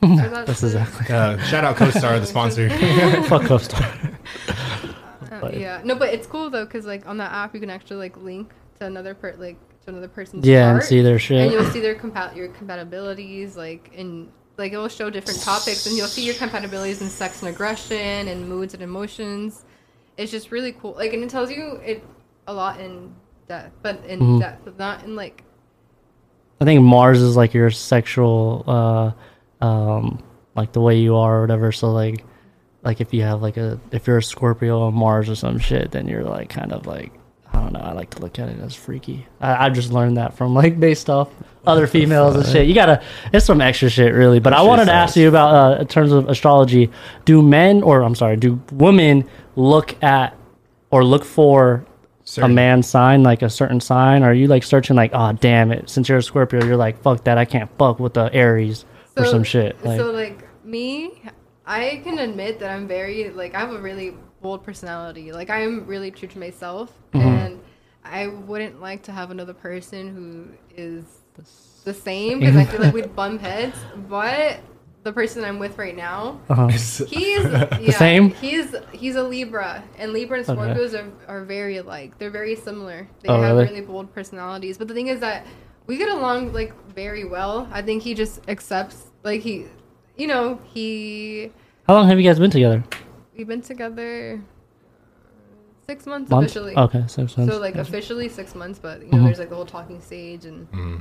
Speaker 1: so that's,
Speaker 2: That's
Speaker 1: the-
Speaker 2: exactly.
Speaker 4: Uh, shout out CoStar, the sponsor.
Speaker 2: Fuck CoStar.
Speaker 1: uh, yeah no but it's cool though because like on that app you can actually like link to another per like to another person's
Speaker 2: Yeah, and
Speaker 1: chart,
Speaker 2: see their
Speaker 1: and
Speaker 2: shit.
Speaker 1: you'll see their compa- your compatibilities like in like it'll show different topics and you'll see your compatibilities in sex and aggression and moods and emotions it's just really cool like and it tells you it a lot in depth but in
Speaker 2: Mm-hmm.
Speaker 1: depth but not in like
Speaker 2: I think Mars is like your sexual, uh, um, like the way you are or whatever. So like, like if you have like a if you're a Scorpio on Mars or some shit, then you're like kind of like I don't know. I like to look at it as freaky. I, I just learned that from like based off other females and shit. You gotta it's some extra shit really. But I wanted to ask you about uh, in terms of astrology. Do men or I'm sorry, do women look at or look for a
Speaker 4: Certain-
Speaker 2: man sign, like a certain sign? Are you like searching like, oh damn it, since you're a Scorpio, you're like, fuck that, I can't fuck with the Aries or some shit. Like,
Speaker 1: so like me, I can admit that I'm very like I have a really bold personality. Like I am really true to myself,
Speaker 2: Mm-hmm.
Speaker 1: and I wouldn't like to have another person who is the same because I feel like we'd bump heads. But the person I'm with right now.
Speaker 2: Uh-huh.
Speaker 1: He's yeah,
Speaker 2: same?
Speaker 1: He's he's a Libra, and Libra and
Speaker 2: Okay.
Speaker 1: Scorpios are, are very alike. They're very similar. They
Speaker 2: Oh,
Speaker 1: have
Speaker 2: really?
Speaker 1: really bold personalities. But the thing is that we get along like very well. I think he just accepts like he, you know, he
Speaker 2: How long have you guys been together?
Speaker 1: we've been together six months
Speaker 2: Month?
Speaker 1: officially.
Speaker 2: Okay, six months. Mm-hmm.
Speaker 1: So like officially six months, but you know, there's like the whole talking stage and.
Speaker 3: Mm-hmm.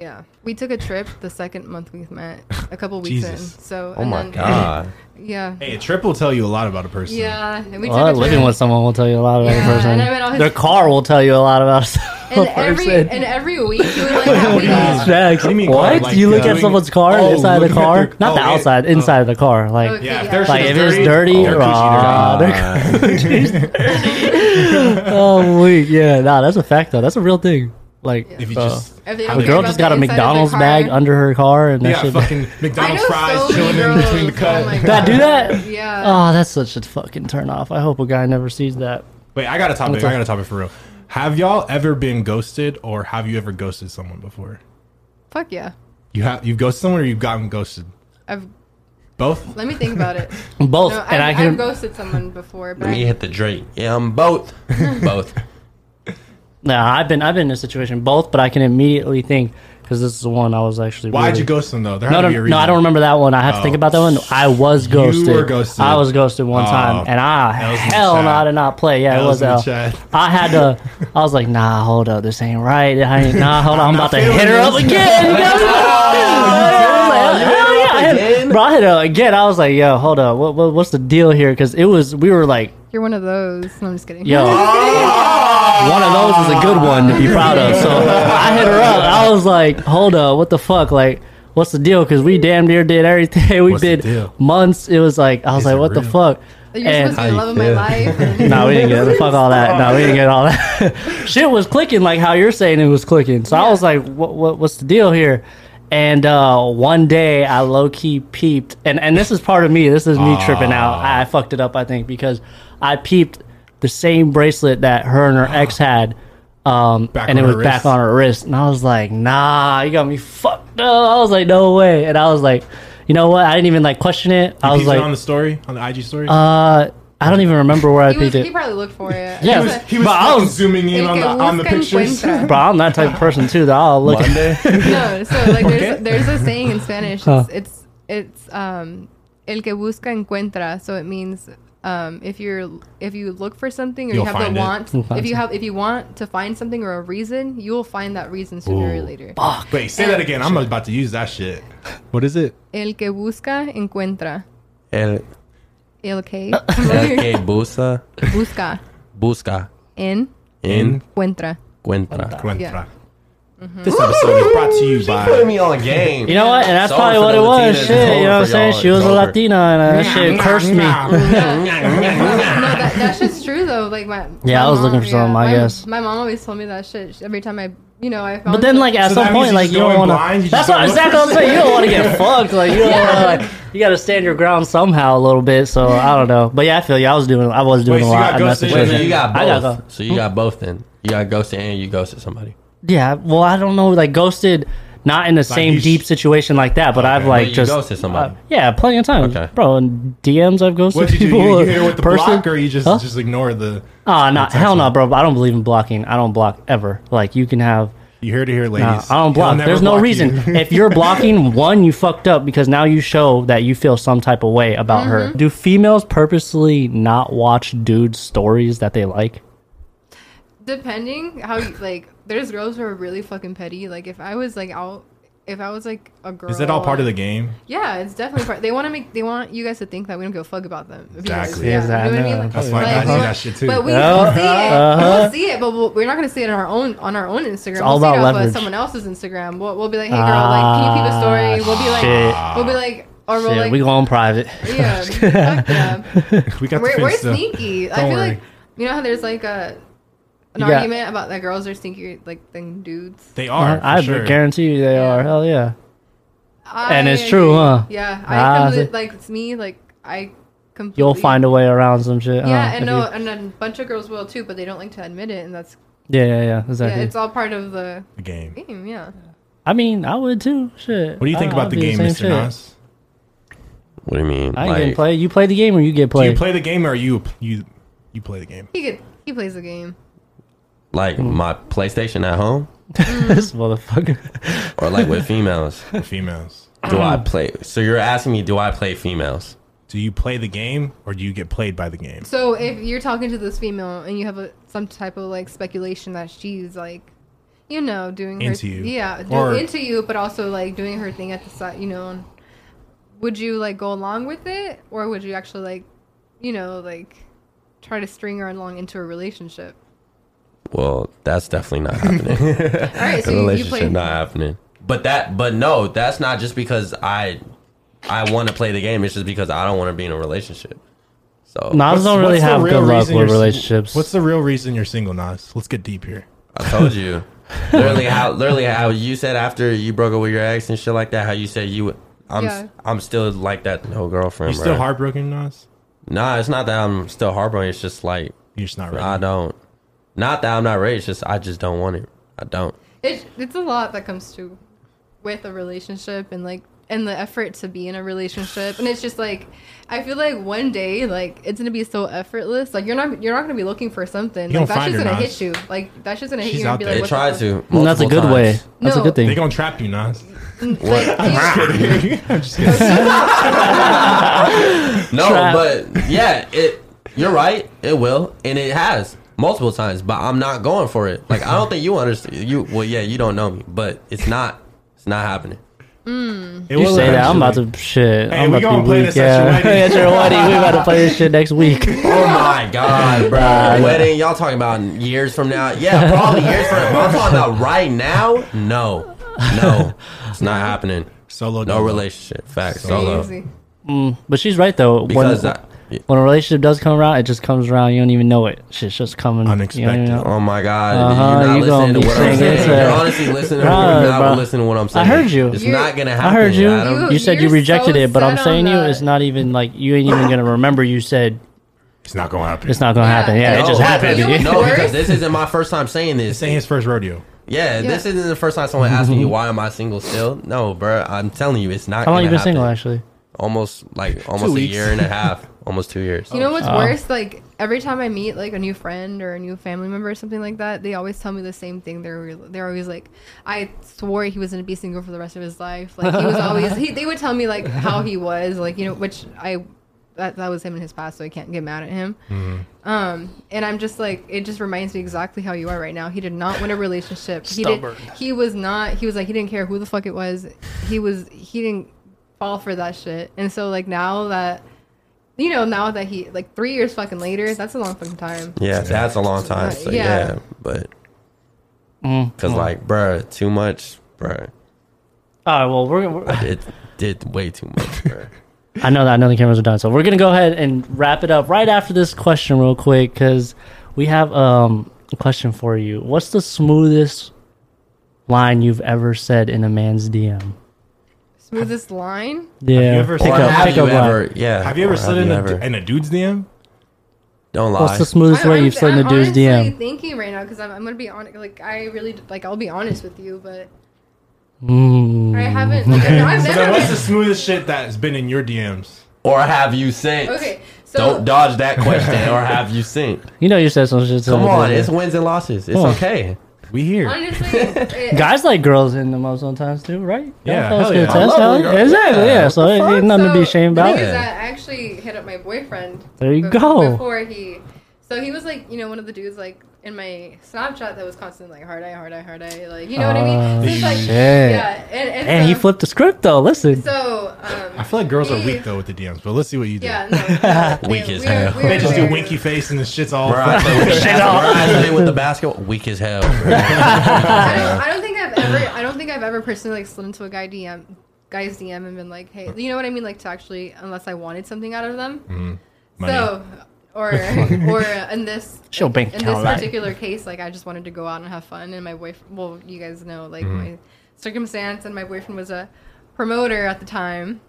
Speaker 1: Yeah, we took a trip the second month we met, a couple weeks in.
Speaker 4: Jesus.
Speaker 1: So,
Speaker 3: Oh
Speaker 1: and
Speaker 3: my
Speaker 1: then-
Speaker 3: god.
Speaker 1: yeah,
Speaker 4: Hey, a trip will tell you a lot about a person.
Speaker 1: yeah, and we took
Speaker 2: well,
Speaker 1: a
Speaker 2: living
Speaker 1: trip.
Speaker 2: with someone will tell you a lot about
Speaker 1: Yeah,
Speaker 2: a person.
Speaker 1: and I met all his-
Speaker 2: Their car will tell you a lot about a
Speaker 1: And
Speaker 2: person.
Speaker 1: every and every week he would like have
Speaker 2: These
Speaker 1: these.
Speaker 2: facts.
Speaker 4: What do you mean
Speaker 2: what?
Speaker 4: car? Like,
Speaker 2: you look
Speaker 4: uh,
Speaker 2: at someone's car,
Speaker 4: Oh,
Speaker 2: the inside of the
Speaker 4: looking at
Speaker 2: car,
Speaker 4: their-
Speaker 2: not the
Speaker 4: oh, yeah.
Speaker 2: outside, inside of the car. Like,
Speaker 1: Okay.
Speaker 4: Yeah, if their
Speaker 2: Like,
Speaker 4: shit
Speaker 2: if it's
Speaker 4: is
Speaker 2: dirty,
Speaker 4: dirty, they're
Speaker 2: raw,
Speaker 4: coochie dirty.
Speaker 2: oh wait, yeah, nah, that's a fact though. That's a real thing. Like,
Speaker 4: If you
Speaker 2: uh,
Speaker 4: just
Speaker 1: Everything
Speaker 4: How
Speaker 2: the
Speaker 1: about
Speaker 4: they-
Speaker 2: girl
Speaker 1: the
Speaker 2: just got a
Speaker 1: inside of the
Speaker 2: McDonald's
Speaker 1: car.
Speaker 2: bag under her car, and that
Speaker 4: yeah,
Speaker 2: shit.
Speaker 4: fucking
Speaker 1: I know
Speaker 4: McDonald's fries
Speaker 1: so
Speaker 4: chilling
Speaker 1: many
Speaker 4: in
Speaker 1: girls.
Speaker 4: between the
Speaker 1: Oh
Speaker 4: cut.
Speaker 1: my
Speaker 2: Did I do
Speaker 1: God.
Speaker 2: that?
Speaker 1: Yeah.
Speaker 2: Oh, that's such a fucking turn off. I hope a guy never sees that.
Speaker 4: Wait, I got a topic.
Speaker 2: What's up?
Speaker 4: I got a topic for real. Have y'all ever been ghosted, or have you ever ghosted someone before?
Speaker 1: Fuck yeah.
Speaker 4: You have you've ghosted someone, or you've gotten ghosted.
Speaker 1: I've
Speaker 4: Both.
Speaker 1: let me think about it.
Speaker 2: Both,
Speaker 1: No,
Speaker 2: and I,
Speaker 1: I've,
Speaker 2: can.
Speaker 1: I've ghosted someone before, but
Speaker 3: Let me
Speaker 1: I,
Speaker 3: hit the Drake. Yeah, I'm both. both.
Speaker 2: nah, I've been I've been in a situation both, but I can immediately think because this is the one I was actually.
Speaker 4: Why'd
Speaker 2: really-
Speaker 4: you ghost them though? There
Speaker 2: No,
Speaker 4: had
Speaker 2: no,
Speaker 4: to be a
Speaker 2: no, I
Speaker 4: reason. Oh.
Speaker 2: don't remember that one. I have to think about that one. I was ghosted.
Speaker 4: were ghosted.
Speaker 2: I was ghosted one
Speaker 4: Oh,
Speaker 2: time, and I
Speaker 4: that was in the
Speaker 2: hell
Speaker 4: chat.
Speaker 2: no, I did not play. Yeah,
Speaker 4: That
Speaker 2: it was.
Speaker 4: was in the
Speaker 2: uh,
Speaker 4: chat.
Speaker 2: I had to. I was like, nah, hold up, this ain't right. I ain't, nah, hold on, I'm about to
Speaker 4: feeling
Speaker 2: hit her up
Speaker 4: this.
Speaker 2: again. You know? I was like, hell yeah, I hit- Bro, I hit her up again. I was like, yo, hold up, what, what, what's the deal here? Because it was, we were like,
Speaker 1: you're one of those. No, I'm just kidding.
Speaker 2: Yo, one of those is a good one to be proud of. So I hit her up. I was like, "Hold up, what the fuck? Like, what's the deal? Because we damn near did everything. We
Speaker 4: What's the
Speaker 2: did
Speaker 4: deal?
Speaker 2: months. It was like I was
Speaker 4: Is
Speaker 2: like,
Speaker 4: it
Speaker 2: "What the
Speaker 4: real?
Speaker 2: fuck?"
Speaker 1: You're
Speaker 2: And-
Speaker 1: supposed to be the love of my
Speaker 3: feel?
Speaker 1: life. and-
Speaker 2: no, we didn't get it. Fuck all that. No, we didn't get all that. Shit was clicking like how you're saying it was clicking. So I
Speaker 1: Yeah.
Speaker 2: was like, what, what, what's the deal here? And uh, one day I low key peeped, and, and this is part of me. This is me tripping out. I fucked it up, I think, because I peeped the same bracelet that her and her ex had, um,
Speaker 4: Back
Speaker 2: and it
Speaker 4: on
Speaker 2: was
Speaker 4: her
Speaker 2: Ah. back
Speaker 4: wrist.
Speaker 2: on her wrist. And I was like, nah, you got me fucked up. I was like, no way. And I was like, you know what? I didn't even like question it. I was
Speaker 4: Peeped it
Speaker 2: like,
Speaker 4: on the story, on the IG story.
Speaker 2: uh, I don't even remember where I
Speaker 1: He, was,
Speaker 2: peeped
Speaker 1: he
Speaker 2: it.
Speaker 1: probably looked for it.
Speaker 2: Yeah.
Speaker 4: he was, he was
Speaker 2: but I
Speaker 4: fucking
Speaker 2: was-
Speaker 4: zooming in
Speaker 1: El
Speaker 4: on
Speaker 1: que
Speaker 4: the on the
Speaker 1: busca
Speaker 4: pictures.
Speaker 1: encuentra.
Speaker 2: Bro, I'm that type of person too. That I'll look. at-
Speaker 3: Monday.
Speaker 1: No, so like there's
Speaker 4: qué?
Speaker 1: there's a saying in Spanish.
Speaker 2: Huh.
Speaker 1: It's it's, it's um el que busca encuentra. So it means um if you're if you look for something or
Speaker 4: You'll
Speaker 1: you have
Speaker 4: find
Speaker 1: the
Speaker 4: it.
Speaker 1: want
Speaker 2: You'll find
Speaker 1: if you
Speaker 2: it.
Speaker 1: have if you want to find something or a reason, you will find that reason sooner or later.
Speaker 4: Wait, say that again. I'm about to use that shit. What is it?
Speaker 1: El que busca encuentra.
Speaker 3: El,
Speaker 1: El que
Speaker 3: el que busa,
Speaker 1: busca
Speaker 3: busca,
Speaker 4: In
Speaker 1: encuentra.
Speaker 3: encuentra.
Speaker 1: Yeah.
Speaker 4: This episode is brought to you
Speaker 3: Put
Speaker 4: by.
Speaker 3: me on game.
Speaker 2: You know what? And that's
Speaker 3: It's
Speaker 2: probably
Speaker 3: over
Speaker 2: what it was.
Speaker 3: for the Latinas. It's
Speaker 2: Shit, you know what
Speaker 3: over
Speaker 2: I'm
Speaker 3: for
Speaker 2: saying?
Speaker 3: y'all.
Speaker 2: She was
Speaker 3: It's
Speaker 2: a
Speaker 3: over.
Speaker 2: Latina, and that shit cursed me.
Speaker 1: no, that, that's just true though. Like my
Speaker 2: Yeah,
Speaker 1: my
Speaker 2: I was looking for something, I
Speaker 1: my,
Speaker 2: guess.
Speaker 1: my mom always told me that shit sh- every time I you know I found.
Speaker 2: But then,
Speaker 1: some-
Speaker 2: like at
Speaker 4: So
Speaker 2: some
Speaker 4: that means
Speaker 2: point,
Speaker 4: you
Speaker 2: like
Speaker 4: just
Speaker 2: you don't
Speaker 4: going
Speaker 2: want
Speaker 4: blind,
Speaker 2: to.
Speaker 4: you
Speaker 2: That's
Speaker 4: just
Speaker 2: what
Speaker 4: don't look
Speaker 2: exactly
Speaker 4: for
Speaker 2: what I'm saying. You don't want to get fucked. Like you don't want to. Like, you got to stand your ground somehow a little bit. So I don't know. But yeah, I feel you. I was doing. I was doing a
Speaker 4: Wait, so you
Speaker 2: lot
Speaker 4: got
Speaker 2: in that
Speaker 4: ghosted
Speaker 3: Wait,
Speaker 2: situation.
Speaker 3: so you got
Speaker 2: I gotta
Speaker 3: both.
Speaker 2: go.
Speaker 3: So you got both then. You got ghosted and you ghosted somebody.
Speaker 2: Yeah. Well, I don't know. Like ghosted. Not in the same
Speaker 4: you sh-
Speaker 2: deep situation like that, but I've
Speaker 4: Okay.
Speaker 2: like
Speaker 3: But you
Speaker 2: just
Speaker 3: ghosted somebody.
Speaker 2: uh, yeah, plenty of times,
Speaker 3: Okay.
Speaker 2: bro. In DMs, I've ghosted
Speaker 4: What did you do?
Speaker 2: people.
Speaker 4: You,
Speaker 2: or
Speaker 4: you hit her with the
Speaker 2: person.
Speaker 4: block, or you just
Speaker 2: Huh?
Speaker 4: just ignore the?
Speaker 2: Ah, no, hell no, bro. I don't believe in blocking. I don't block ever. Like you can have.
Speaker 4: You heard it here, ladies.
Speaker 2: Nah, I don't
Speaker 4: He'll
Speaker 2: block.
Speaker 4: never
Speaker 2: There's no
Speaker 4: block
Speaker 2: reason.
Speaker 4: you.
Speaker 2: if you're blocking one, you fucked up because now you show that you feel some type of way about her.
Speaker 1: Mm-hmm.
Speaker 2: Do females purposely not watch dudes' stories that they like?
Speaker 1: depending how you like there's girls who are really fucking petty like if i was like out if i was like a girl
Speaker 4: Is it all part of the game?
Speaker 1: yeah it's definitely part they want to make they want you guys to think that we don't give a fuck about them because-
Speaker 4: Exactly.
Speaker 1: yeah,
Speaker 2: Yes, I
Speaker 1: you know what I
Speaker 2: know.
Speaker 1: mean? Like,
Speaker 4: That's why
Speaker 1: like,
Speaker 4: guys
Speaker 1: we
Speaker 4: do
Speaker 1: want-
Speaker 4: that shit too.
Speaker 1: but we
Speaker 2: Uh-huh.
Speaker 1: will see it
Speaker 2: Uh-huh.
Speaker 1: we'll see it but we'll, we're not gonna see it on our own on our own instagram
Speaker 2: all
Speaker 1: we'll see it
Speaker 2: about
Speaker 1: off
Speaker 2: leverage.
Speaker 1: of someone else's instagram we'll, we'll be like hey girl like can you keep a story we'll be like
Speaker 2: Ah,
Speaker 1: we'll be like or we'll
Speaker 2: Shit,
Speaker 1: like
Speaker 2: we go on private.
Speaker 1: yeah, fuck yeah.
Speaker 4: We got the
Speaker 1: We're, we're
Speaker 4: fence, though.
Speaker 1: sneaky. I
Speaker 4: Don't
Speaker 1: feel
Speaker 4: worry.
Speaker 1: like you know how there's like a an
Speaker 2: You got-
Speaker 1: argument about that girls are sneakier like than dudes.
Speaker 4: They are.
Speaker 2: Uh, I
Speaker 4: for sure.
Speaker 2: guarantee you they are. Hell yeah.
Speaker 1: I
Speaker 2: And it's true,
Speaker 1: agree.
Speaker 2: huh?
Speaker 1: Yeah,
Speaker 2: Ah,
Speaker 1: I
Speaker 2: see.
Speaker 1: completely, like it's me. Like I completely.
Speaker 2: You'll find a way around some shit.
Speaker 1: Yeah,
Speaker 2: huh? If
Speaker 1: and no,
Speaker 2: you-
Speaker 1: and a bunch of girls will too, but they don't like to admit it, and that's
Speaker 2: yeah, yeah, yeah. Exactly.
Speaker 1: yeah, it's all part of the
Speaker 4: The game.
Speaker 1: game. Yeah,
Speaker 2: I mean, I would too. Shit.
Speaker 4: What do you think
Speaker 2: I- I
Speaker 4: about
Speaker 2: would
Speaker 4: the
Speaker 2: Uh, do
Speaker 4: game,
Speaker 2: same
Speaker 4: Mr.
Speaker 2: shit.
Speaker 4: Nas?
Speaker 3: What do you mean?
Speaker 2: I ain't
Speaker 3: Like,
Speaker 2: getting played. You play the game or you get
Speaker 4: Do
Speaker 2: played.
Speaker 4: you play the game or you you you play the game?
Speaker 1: He could. He plays the game.
Speaker 3: like
Speaker 1: Mm.
Speaker 3: my PlayStation at home
Speaker 2: this motherfucker.
Speaker 3: or like with females?
Speaker 4: The females.
Speaker 3: Do
Speaker 1: Mm.
Speaker 3: I play? So you're asking me, do I play females?
Speaker 4: Do you play the game or do you get played by the game?
Speaker 1: So if you're talking to this female and you have a, some type of like speculation that she's like, you know, doing her,
Speaker 4: Into you.
Speaker 1: yeah, do,
Speaker 4: Or-
Speaker 1: into you, but also like doing her thing at the side, you know. And would you like go along with it, or would you actually like, you know, like try to string her along into a relationship?
Speaker 3: Well, that's definitely not happening.
Speaker 1: All right, so
Speaker 3: the
Speaker 1: you, you
Speaker 3: relationship
Speaker 1: play.
Speaker 3: not happening. But that, but no, that's not just because I, I want to play the game. It's just because I don't want to be in a relationship. So
Speaker 2: Nas don't really
Speaker 4: What's the
Speaker 2: have
Speaker 4: real
Speaker 2: good luck
Speaker 4: reason
Speaker 2: with
Speaker 4: you're-
Speaker 2: relationships.
Speaker 4: What's the real reason you're single, Nas? Let's get deep here.
Speaker 3: I told you, literally how, literally how you said after you broke up with your ex and shit like that, how you said you, I'm,
Speaker 1: Yeah.
Speaker 3: I'm still like that. No girlfriend.
Speaker 4: You still
Speaker 3: bruh.
Speaker 4: heartbroken, Nas?
Speaker 3: Nah, it's not that I'm still heartbroken. It's just like
Speaker 4: You're just not ready.
Speaker 3: I don't. Not that I'm not ready. It's just I just don't want it. I don't.
Speaker 1: It, it's a lot that comes to with a relationship and like and the effort to be in a relationship and it's just like i feel like one day like it's gonna be so effortless like you're not you're not gonna be looking for something
Speaker 4: You
Speaker 1: like that's
Speaker 4: gonna find
Speaker 1: just
Speaker 4: her,
Speaker 1: gonna
Speaker 4: Nas.
Speaker 1: hit you like that's just gonna hit
Speaker 4: She's
Speaker 1: you and
Speaker 4: out
Speaker 1: be
Speaker 4: there.
Speaker 1: like
Speaker 3: They
Speaker 1: what
Speaker 3: tried
Speaker 1: the
Speaker 3: to.
Speaker 2: And that's a
Speaker 3: multiple
Speaker 2: good way.
Speaker 3: times.
Speaker 2: That's a
Speaker 1: No.
Speaker 2: good
Speaker 4: They
Speaker 2: thing.
Speaker 4: gonna trap you, Nas.
Speaker 1: fuck? Like, you-
Speaker 4: I'm just kidding.
Speaker 3: No,
Speaker 2: Trap.
Speaker 3: but yeah, it. You're right. It will, and it has multiple times. But I'm not going for it. Like I don't think you understand. You well, yeah, you don't know me, but it's not. It's not happening.
Speaker 4: It
Speaker 2: You
Speaker 4: will
Speaker 2: say that I'm about
Speaker 4: eventually.
Speaker 2: to shit.
Speaker 4: Hey,
Speaker 2: I'm
Speaker 4: we
Speaker 2: about
Speaker 4: gonna
Speaker 2: to be
Speaker 4: play
Speaker 2: weak.
Speaker 4: this at
Speaker 2: yeah,
Speaker 4: your wedding.
Speaker 2: at your wedding, we about to play this shit next week.
Speaker 3: Oh my god, bro! Wedding, y'all talking about years from now? Yeah, probably years from now. But I'm talking about right now. No, no, it's not happening.
Speaker 4: solo.
Speaker 3: No
Speaker 4: dolo.
Speaker 3: relationship. Facts. Solo.
Speaker 1: crazy.
Speaker 2: But she's right though.
Speaker 3: Because
Speaker 2: when,
Speaker 3: I- yeah.
Speaker 2: when a relationship does come around, it just comes around. You don't even know it. Shit's just coming. you don't even
Speaker 4: Unexpected.
Speaker 2: know.
Speaker 3: Oh my God!
Speaker 2: Uh-huh,
Speaker 3: You're not
Speaker 2: you gonna
Speaker 3: listening
Speaker 2: be
Speaker 3: to what I'm
Speaker 2: singing
Speaker 3: saying.
Speaker 2: to-
Speaker 3: You're honestly listening. to me.
Speaker 2: Nah,
Speaker 3: You're
Speaker 2: bro.
Speaker 3: not listening to what I'm saying.
Speaker 2: heard you.
Speaker 3: It's
Speaker 1: You-
Speaker 3: not gonna happen.
Speaker 2: I heard you.
Speaker 3: don't-
Speaker 2: You, said you
Speaker 1: You're
Speaker 2: rejected
Speaker 1: so
Speaker 2: it, but I'm
Speaker 1: set on
Speaker 2: saying you,
Speaker 1: that.
Speaker 2: it's not even like you ain't even gonna remember. You said
Speaker 4: It's not gonna happen.
Speaker 2: it's not gonna
Speaker 1: Yeah.
Speaker 2: happen. Yeah, it
Speaker 1: No,
Speaker 2: just
Speaker 3: because-
Speaker 2: happened.
Speaker 1: you-
Speaker 3: No, because
Speaker 1: Worse.
Speaker 3: this isn't my first time saying this.
Speaker 4: This ain't his first rodeo.
Speaker 3: Yeah, this
Speaker 1: Yeah.
Speaker 3: isn't the first time someone asking you why am I single still. No, bro, I'm telling you, it's not.
Speaker 2: Mm-hmm. How long you
Speaker 3: gonna
Speaker 2: been single
Speaker 3: happen.
Speaker 2: actually?
Speaker 3: Almost like almost a
Speaker 4: weeks.
Speaker 3: year and a half, almost two years.
Speaker 1: you know what's worse like every time i meet like a new friend or a new family member or something like that they always tell me the same thing they're they're always like i swore he was going to be single for the rest of his life like he was always he, they would tell me like how he was like you know which i that, that was him in his past so i can't get mad at him um and i'm just like it just reminds me exactly how you are right now he did not want a relationship he
Speaker 2: Stubborn.
Speaker 1: did he was not he was like he didn't care who the fuck it was he was he didn't fall for that shit and so like now that you know, now that he like three years fucking later, that's a long fucking time.
Speaker 3: Yeah, that's a long time.
Speaker 1: Uh,
Speaker 3: So
Speaker 1: yeah.
Speaker 3: yeah, but
Speaker 2: Mm,
Speaker 3: because like, bro, too much, bro.
Speaker 2: All right. Well, we're, we're
Speaker 3: It did way too much, bro.
Speaker 2: I know that. I know the cameras are done. So we're going to go ahead and wrap it up right after this question, real quick, because we have um, a question for you. What's the smoothest line you've ever said in a man's DM?
Speaker 1: Smoothest line.
Speaker 2: Yeah.
Speaker 4: you ever-
Speaker 2: pick
Speaker 4: Or
Speaker 2: up,
Speaker 3: have
Speaker 2: pick
Speaker 3: you
Speaker 2: up line.
Speaker 3: ever? Yeah.
Speaker 4: Have you
Speaker 3: or
Speaker 4: ever slid in,
Speaker 3: you
Speaker 4: a, in a dude's DM?
Speaker 3: Don't lie.
Speaker 2: What's the smoothest way you've slid in a dude's
Speaker 1: honestly
Speaker 2: DM?
Speaker 1: thinking right now because I'm, I'm gonna be honest. Like I really like I'll be honest with you, but I haven't. Like, no, I've
Speaker 4: So then,
Speaker 1: never.
Speaker 4: what's the
Speaker 1: been,
Speaker 4: smoothest shit that's been in your DMs?
Speaker 3: or have you sent?
Speaker 1: okay, so
Speaker 3: Don't dodge that question. or have you sent?
Speaker 2: You know, you said some shit. to
Speaker 3: Come
Speaker 2: the
Speaker 3: on,
Speaker 2: dude.
Speaker 3: it's wins and losses. It's
Speaker 2: Come on.
Speaker 3: okay.
Speaker 4: We here.
Speaker 1: honestly, it,
Speaker 2: Guys like girls in the most sometimes too, right?
Speaker 4: Yeah,
Speaker 2: That's
Speaker 4: hell
Speaker 2: good
Speaker 4: yeah. I
Speaker 2: test,
Speaker 3: love
Speaker 2: huh?
Speaker 3: girls.
Speaker 2: Exactly.
Speaker 3: Yeah,
Speaker 2: Yeah.
Speaker 3: what
Speaker 2: So
Speaker 3: the
Speaker 2: it
Speaker 3: fuck?
Speaker 2: ain't nothing to
Speaker 1: So,
Speaker 2: be ashamed
Speaker 1: the thing
Speaker 2: about.
Speaker 1: is
Speaker 3: Yeah.
Speaker 1: that I actually hit up my boyfriend.
Speaker 2: There you
Speaker 1: bef-
Speaker 2: go.
Speaker 1: Before he, so he was like, you know, one of the dudes like in my Snapchat that was constantly like hard eye, hard eye, hard eye, like you know what I mean? So it's like,
Speaker 2: Oh, shit.
Speaker 1: yeah, and, and
Speaker 2: And he
Speaker 1: so-
Speaker 2: flipped the script though. Listen.
Speaker 1: So um,
Speaker 4: I feel like girls are
Speaker 1: he-
Speaker 4: weak though with the DMs, but let's see what you do.
Speaker 1: Yeah, no, no,
Speaker 3: Weak
Speaker 1: they-
Speaker 3: as
Speaker 1: we were-
Speaker 3: hell.
Speaker 1: we
Speaker 4: They
Speaker 1: were
Speaker 4: just do
Speaker 1: very-
Speaker 4: winky face and the shit's all.
Speaker 3: Bro, I played with, the basketball. Bro, I played with the basketball. Weak as hell. bro.
Speaker 1: I don't, I don't think I've ever. I don't think I've ever personally like slid into a guy DM, guy's DM, and been like, hey, you know what I mean? Like to actually, unless I wanted something out of them.
Speaker 4: Money.
Speaker 1: So, or or in this
Speaker 2: She'll bank
Speaker 1: in this
Speaker 2: account, right?
Speaker 1: particular case, like I just wanted to go out and have fun, and my boyfriend. Well, you guys know, like
Speaker 4: Mm-hmm.
Speaker 1: my circumstance, and my boyfriend was a promoter at the time,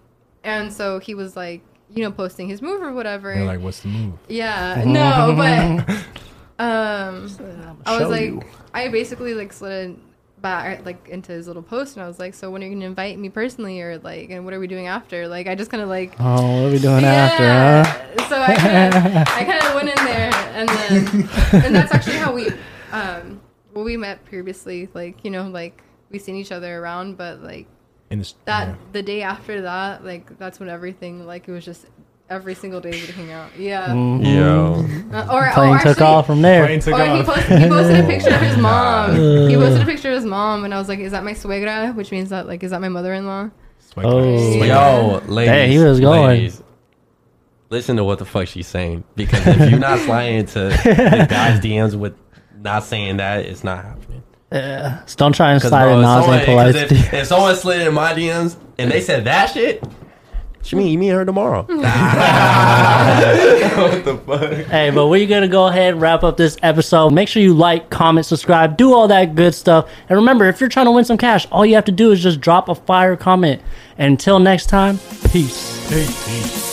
Speaker 1: and so he was like, you know, posting his move or whatever.
Speaker 4: They're like, what's the move?
Speaker 1: Yeah, no, but um, I was like, I basically like slid in back like into his little post and I was like, so when are you gonna invite me personally or like and what are we doing after? Like I just kind of like
Speaker 2: Oh, what are we doing
Speaker 1: yeah.
Speaker 2: after? Huh?
Speaker 1: So I kind of I kind of went in there, and then and that's actually how we um well we met previously. Like you know like we seen each other around, but like
Speaker 4: In this,
Speaker 1: that the day after that like that's when everything like it was just every single day we'd hang out. Yeah.
Speaker 3: Yo.
Speaker 1: Uh, or
Speaker 2: Mm. Plane
Speaker 1: or
Speaker 2: took
Speaker 1: actually-
Speaker 2: off from there.
Speaker 4: Plane took
Speaker 1: Or he
Speaker 4: off.
Speaker 1: posted, he posted a picture of his mom. He posted a picture of his mom, and I was like, "Is that my suegra?" Which means that like, is that my mother-in-law?
Speaker 4: Swag
Speaker 2: Oh.
Speaker 4: bags.
Speaker 2: Swag
Speaker 3: Yo, ladies.
Speaker 2: Hey, he was going.
Speaker 3: ladies, listen to what the fuck she's saying because if you're not sliding to the guys' DMs with not saying that, it's not happening.
Speaker 2: So don't try and
Speaker 3: 'Cause,
Speaker 2: slide
Speaker 3: bro,
Speaker 2: in
Speaker 3: if
Speaker 2: Nas
Speaker 3: someone-
Speaker 2: and
Speaker 3: 'cause
Speaker 2: Polite's
Speaker 3: if, if someone slid in my DMs and they said that shit, she mean you meet her tomorrow. what the fuck?
Speaker 2: Hey, but we're gonna go ahead and wrap up this episode. Make sure you like, comment, subscribe, do all that good stuff. And remember, if you're trying to win some cash, all you have to do is just drop a fire comment. And until next time, peace.
Speaker 4: Hey, hey.